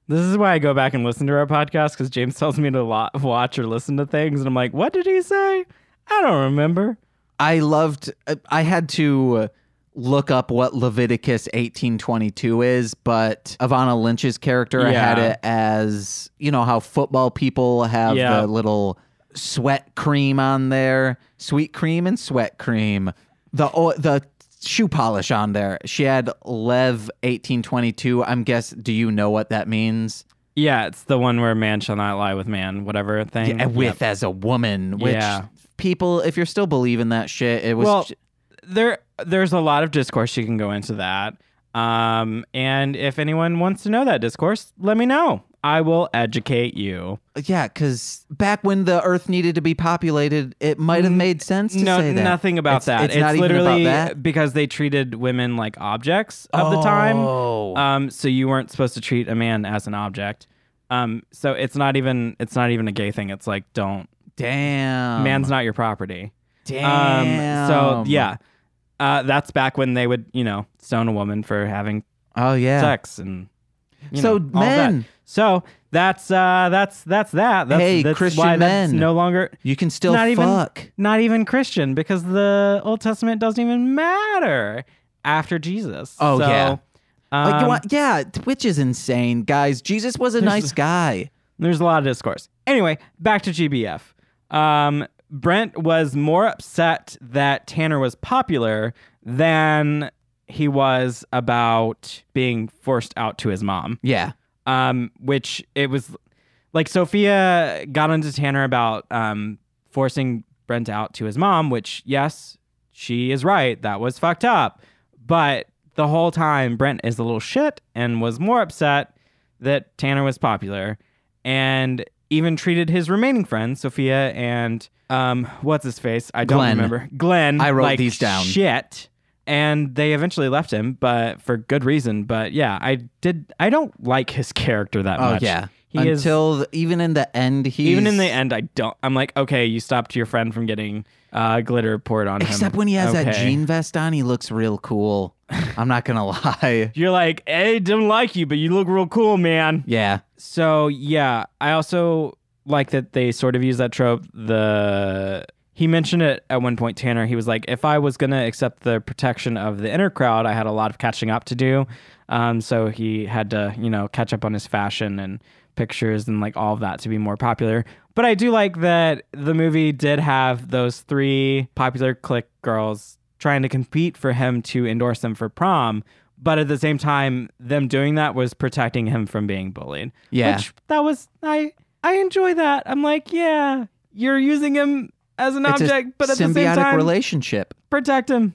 Speaker 2: This is why I go back and listen to our podcast because James tells me to lo- watch or listen to things, and I'm like, "What did he say? I don't remember."
Speaker 1: I loved. uh, I had to uh, look up what Leviticus eighteen twenty two is, but Ivana Lynch's character had
Speaker 2: Yeah.
Speaker 1: it as you know how football people have
Speaker 2: Yeah.
Speaker 1: the little sweat cream on there, sweet cream and sweat cream. The o- the shoe polish on there. She had Lev eighteen twenty two. I'm guess. Do you know what that means?
Speaker 2: Yeah, it's the one where man shall not lie with man, whatever thing.
Speaker 1: Yeah, with
Speaker 2: Yep.
Speaker 1: as a woman, which
Speaker 2: Yeah.
Speaker 1: people, if you're still believing that shit, it was.
Speaker 2: well,
Speaker 1: j-
Speaker 2: there there's a lot of discourse you can go into that. Um, and if anyone wants to know that discourse, let me know. I will educate you.
Speaker 1: Yeah, because back when the Earth needed to be populated, it might have made sense to
Speaker 2: No,
Speaker 1: say that.
Speaker 2: nothing about
Speaker 1: It's-
Speaker 2: that.
Speaker 1: It's, not
Speaker 2: literally
Speaker 1: even about that.
Speaker 2: because they treated women like objects of the time.
Speaker 1: Oh.
Speaker 2: Um, so you weren't supposed to treat a man as an object. Um, so it's not even it's not even a gay thing. It's like don't
Speaker 1: damn.
Speaker 2: man's not your property.
Speaker 1: damn.
Speaker 2: Um, so yeah, uh, that's back when they would, you know, stone a woman for having
Speaker 1: Oh yeah.
Speaker 2: sex and you
Speaker 1: So,
Speaker 2: know, all that.
Speaker 1: men.
Speaker 2: So that's uh, that's that's that. That's,
Speaker 1: Hey,
Speaker 2: that's
Speaker 1: Christian
Speaker 2: why that's
Speaker 1: men.
Speaker 2: no longer
Speaker 1: You can still
Speaker 2: Not even-
Speaker 1: fuck.
Speaker 2: not even Christian because the Old Testament doesn't even matter after Jesus.
Speaker 1: Oh,
Speaker 2: So,
Speaker 1: yeah. like you
Speaker 2: um,
Speaker 1: want, yeah, which is insane, guys. Jesus was a nice guy.
Speaker 2: There's a lot of discourse. Anyway, back to GBF. Um, Brent was more upset that Tanner was popular than he was about being forced out to his mom.
Speaker 1: Yeah.
Speaker 2: Um, which it was like Sophia got onto Tanner about um, forcing Brent out to his mom, which, yes, she is right. That was fucked up. But the whole time, Brent is a little shit and was more upset that Tanner was popular and even treated his remaining friends, Sophia and um, what's his face? I don't
Speaker 1: Glenn.
Speaker 2: remember. Glenn.
Speaker 1: I wrote
Speaker 2: like
Speaker 1: these down.
Speaker 2: Shit. And they eventually left him, but for good reason. But yeah, I did. I don't like his character that
Speaker 1: Oh
Speaker 2: much.
Speaker 1: yeah.
Speaker 2: He is
Speaker 1: Until the- even in the end, he
Speaker 2: even in the end, I don't. I'm like, okay, you stopped your friend from getting uh, glitter poured on him.
Speaker 1: Except when he has that
Speaker 2: um, Okay.
Speaker 1: jean vest on, he looks real cool. I'm not gonna lie.
Speaker 2: You're like, hey, didn't like you, but you look real cool, man.
Speaker 1: Yeah.
Speaker 2: So yeah, I also like that they sort of use that trope. The he mentioned it at one point. Tanner, he was like, if I was gonna accept the protection of the inner crowd, I had a lot of catching up to do. Um, so he had to, you know, catch up on his fashion and pictures and like all of that to be more popular. But I do like that the movie did have those three popular click girls trying to compete for him to endorse them for prom, But at the same time, them doing that was protecting him from being bullied.
Speaker 1: Yeah.
Speaker 2: Which that was I I enjoy that. I'm like, yeah, you're using him as an
Speaker 1: It's a
Speaker 2: object, but at the same
Speaker 1: symbiotic
Speaker 2: time,
Speaker 1: relationship.
Speaker 2: protect him.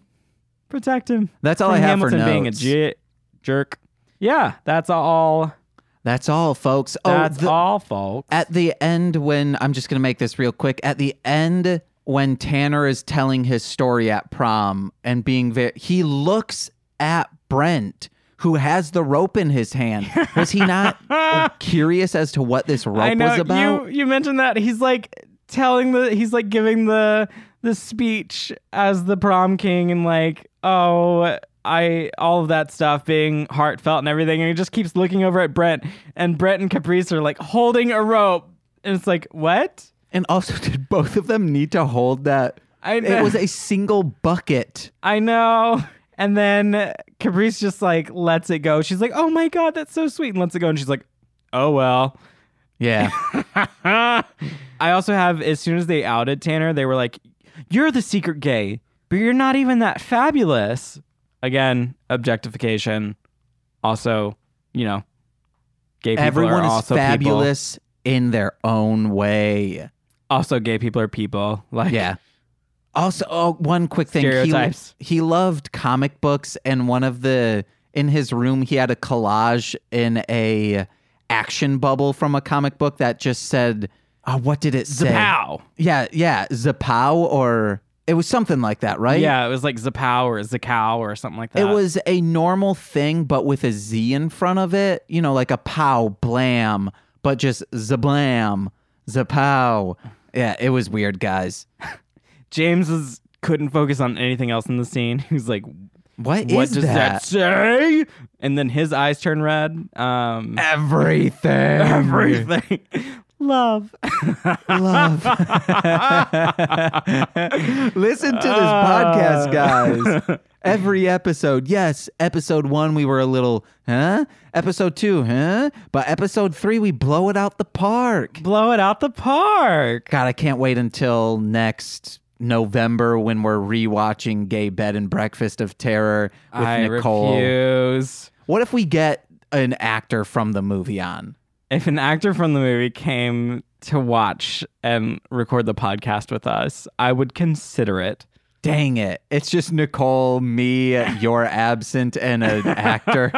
Speaker 2: Protect him.
Speaker 1: That's all
Speaker 2: from
Speaker 1: I have
Speaker 2: Hamilton
Speaker 1: for notes.
Speaker 2: being a j- jerk. Yeah, that's all.
Speaker 1: That's all, folks.
Speaker 2: That's
Speaker 1: oh, the-
Speaker 2: all, folks.
Speaker 1: At the end, when I'm just going to make this real quick. At the end, when Tanner is telling his story at prom and being very, he looks at Brent, who has the rope in his hand. Was he not curious as to what this rope
Speaker 2: I know
Speaker 1: was about?
Speaker 2: you. You mentioned that he's like telling the he's like giving the the speech as the prom king and like oh I all of that stuff being heartfelt and everything and he just keeps looking over at Brent and Brent and Caprice are like holding a rope and it's like what
Speaker 1: and also, did both of them need to hold that?
Speaker 2: I know
Speaker 1: It was a single bucket.
Speaker 2: I know and then Caprice just like lets it go she's like oh my god that's so sweet and lets it go and she's like oh well
Speaker 1: Yeah.
Speaker 2: I also have, as soon as they outed Tanner, they were like, You're the secret gay, but you're not even that fabulous. Again, objectification. Also, you know, gay people
Speaker 1: Everyone
Speaker 2: are
Speaker 1: is
Speaker 2: also people.
Speaker 1: fabulous in their own way.
Speaker 2: Also, gay people are people. Like,
Speaker 1: Yeah. Also, oh, one quick thing. He,
Speaker 2: Stereotypes.
Speaker 1: he loved comic books, and one of the in his room he had a collage in a action bubble from a comic book that just said, uh, "What did it say?"
Speaker 2: Zapow.
Speaker 1: Yeah, yeah, Zapow, or it was something like that, right?
Speaker 2: Yeah, it was like Zapow or Zakow or something like that.
Speaker 1: It was a normal thing, but with a Z in front of it. You know, like a pow, blam, but just zablam, zapow. Yeah, it was weird, guys.
Speaker 2: James is, couldn't focus on anything else in the scene. He was like,
Speaker 1: What
Speaker 2: What
Speaker 1: is
Speaker 2: does that? say? And then his eyes turn red. Um,
Speaker 1: Everything.
Speaker 2: everything. Love.
Speaker 1: Love. Listen to this
Speaker 2: Ah.
Speaker 1: podcast, guys. Every episode. Yes, episode one, we were a little, huh? Episode two, huh? But episode three, we blow it out the park.
Speaker 2: Blow it out the park.
Speaker 1: God, I can't wait until next November when we're rewatching Gay Bed and Breakfast of Terror with
Speaker 2: I
Speaker 1: Nicole.
Speaker 2: refuse.
Speaker 1: What if we get an actor from the movie on?
Speaker 2: If an actor from the movie came to watch and record the podcast with us, I would consider it.
Speaker 1: Dang it. It's just Nicole, me, you're absent, and an actor.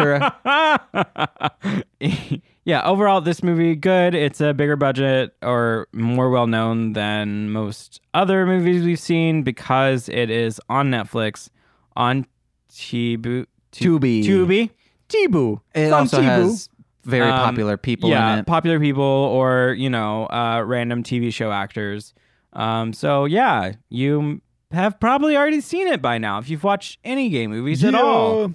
Speaker 2: yeah, overall, this movie good. It's a bigger budget or more well known than most other movies we've seen because it is on Netflix, on Tibu,
Speaker 1: Tubi.
Speaker 2: Tubi, Tibu.
Speaker 1: It
Speaker 2: It's on
Speaker 1: also
Speaker 2: Tubu.
Speaker 1: has very
Speaker 2: Um,
Speaker 1: popular people
Speaker 2: yeah,
Speaker 1: in it.
Speaker 2: popular people or you know uh, random TV show actors. Um, so yeah, you have probably already seen it by now if you've watched any gay movies at all.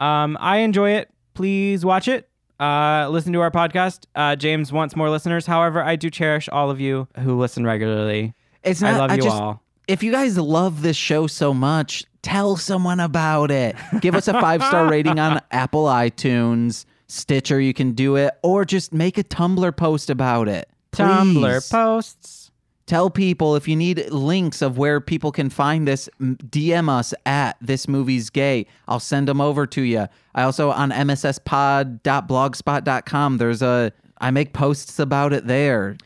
Speaker 2: Um, I enjoy it. Please watch it. Uh, listen to our podcast. Uh, James wants more listeners. However, I do cherish all of you who listen regularly.
Speaker 1: It's not,
Speaker 2: I love you
Speaker 1: just,
Speaker 2: all.
Speaker 1: If you guys love this show so much, tell someone about it. Give us a five star rating on Apple iTunes, Stitcher, you can do it, or just make a Tumblr post about it. Please.
Speaker 2: Tumblr posts.
Speaker 1: Tell people if you need links of where people can find this, m- DM us at this movie's gay. I'll send them over to you. I also on msspod.blogspot.com. There's a I make posts about it there.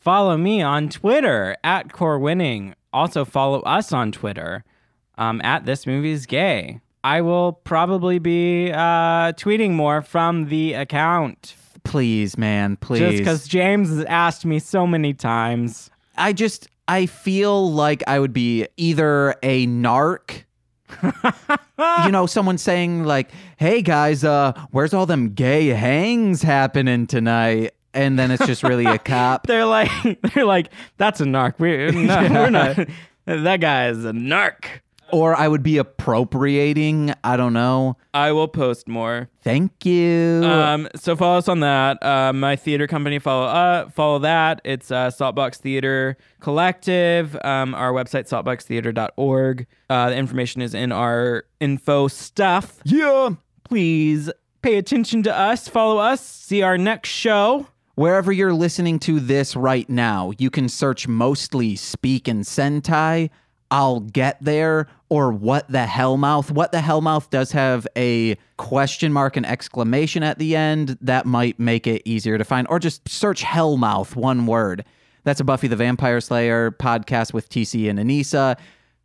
Speaker 2: Follow me on Twitter at Core Winning. Also follow us on Twitter um, at This Movie's Gay. I will probably be uh, tweeting more from the account
Speaker 1: Please, man,
Speaker 2: just
Speaker 1: please.
Speaker 2: because James has asked me so many times.
Speaker 1: I just I feel like I would be either a narc. you know, someone saying like, "Hey guys, uh, where's all them gay hangs happening tonight?" And then it's just really a cop.
Speaker 2: They're like, they're like, that's a narc. We, no, we're not. That guy is a narc.
Speaker 1: Or I would be appropriating. I don't know.
Speaker 2: I will post more.
Speaker 1: Thank you.
Speaker 2: Um, so follow us on that. Uh, my theater company follow up, follow that. It's uh, Saltbox Theater Collective. Um, our website saltboxtheater.org. Uh, the information is in our info stuff.
Speaker 1: yeah.
Speaker 2: Please pay attention to us. Follow us. See our next show.
Speaker 1: Wherever you're listening to this right now, you can search mostly Speak and Sentai. I'll get there or what the hellmouth. What the hellmouth does have a question mark and exclamation at the end that might make it easier to find, or just search hellmouth, one word. That's a Buffy the Vampire Slayer podcast with TC and Anissa.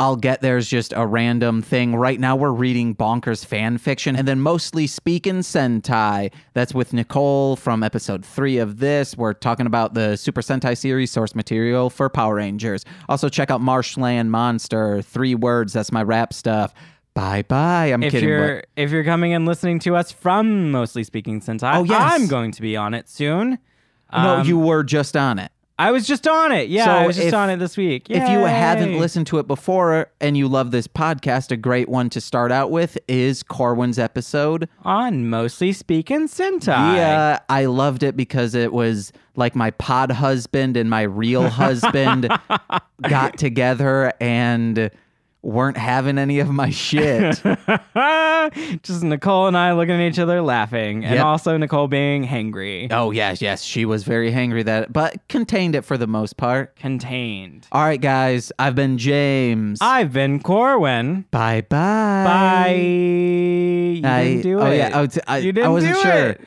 Speaker 1: I'll get there's just a random thing. Right now, we're reading bonkers fan fiction and then mostly Speakin' Sentai. That's with Nicole from episode three of this. We're talking about the Super Sentai series source material for Power Rangers. Also, check out Marshland Monster, three words. That's my rap stuff. Bye bye. I'm
Speaker 2: If
Speaker 1: kidding.
Speaker 2: you're if you're coming and listening to us from Mostly Speaking Sentai,
Speaker 1: Oh, yes.
Speaker 2: I'm going to be on it soon. Um,
Speaker 1: but- no, you were just on it.
Speaker 2: I was just on it. Yeah,
Speaker 1: So
Speaker 2: I was just
Speaker 1: if-
Speaker 2: on it this week.
Speaker 1: If you haven't
Speaker 2: Yay.
Speaker 1: listened to it before and you love this podcast, a great one to start out with is Corwin's episode
Speaker 2: on Mostly Speaking Sentai.
Speaker 1: Yeah, I loved it because it was like my pod husband and my real husband got together and weren't having any of my shit.
Speaker 2: just Nicole and I looking at each other laughing, and
Speaker 1: Yep.
Speaker 2: also Nicole being hangry.
Speaker 1: oh yes, yes, she was very hangry that but contained it for the most part.
Speaker 2: Contained.
Speaker 1: All right guys, I've been James.
Speaker 2: I've been Corwin.
Speaker 1: bye bye.
Speaker 2: Bye. You
Speaker 1: I-
Speaker 2: didn't do
Speaker 1: oh,
Speaker 2: it.
Speaker 1: yeah, oh, t- I-
Speaker 2: you didn't
Speaker 1: I wasn't
Speaker 2: do
Speaker 1: sure.
Speaker 2: it.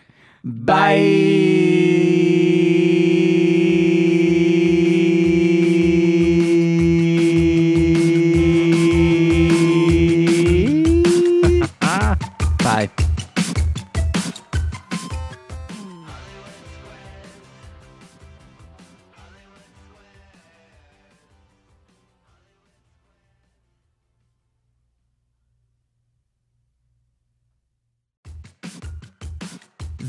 Speaker 1: Bye.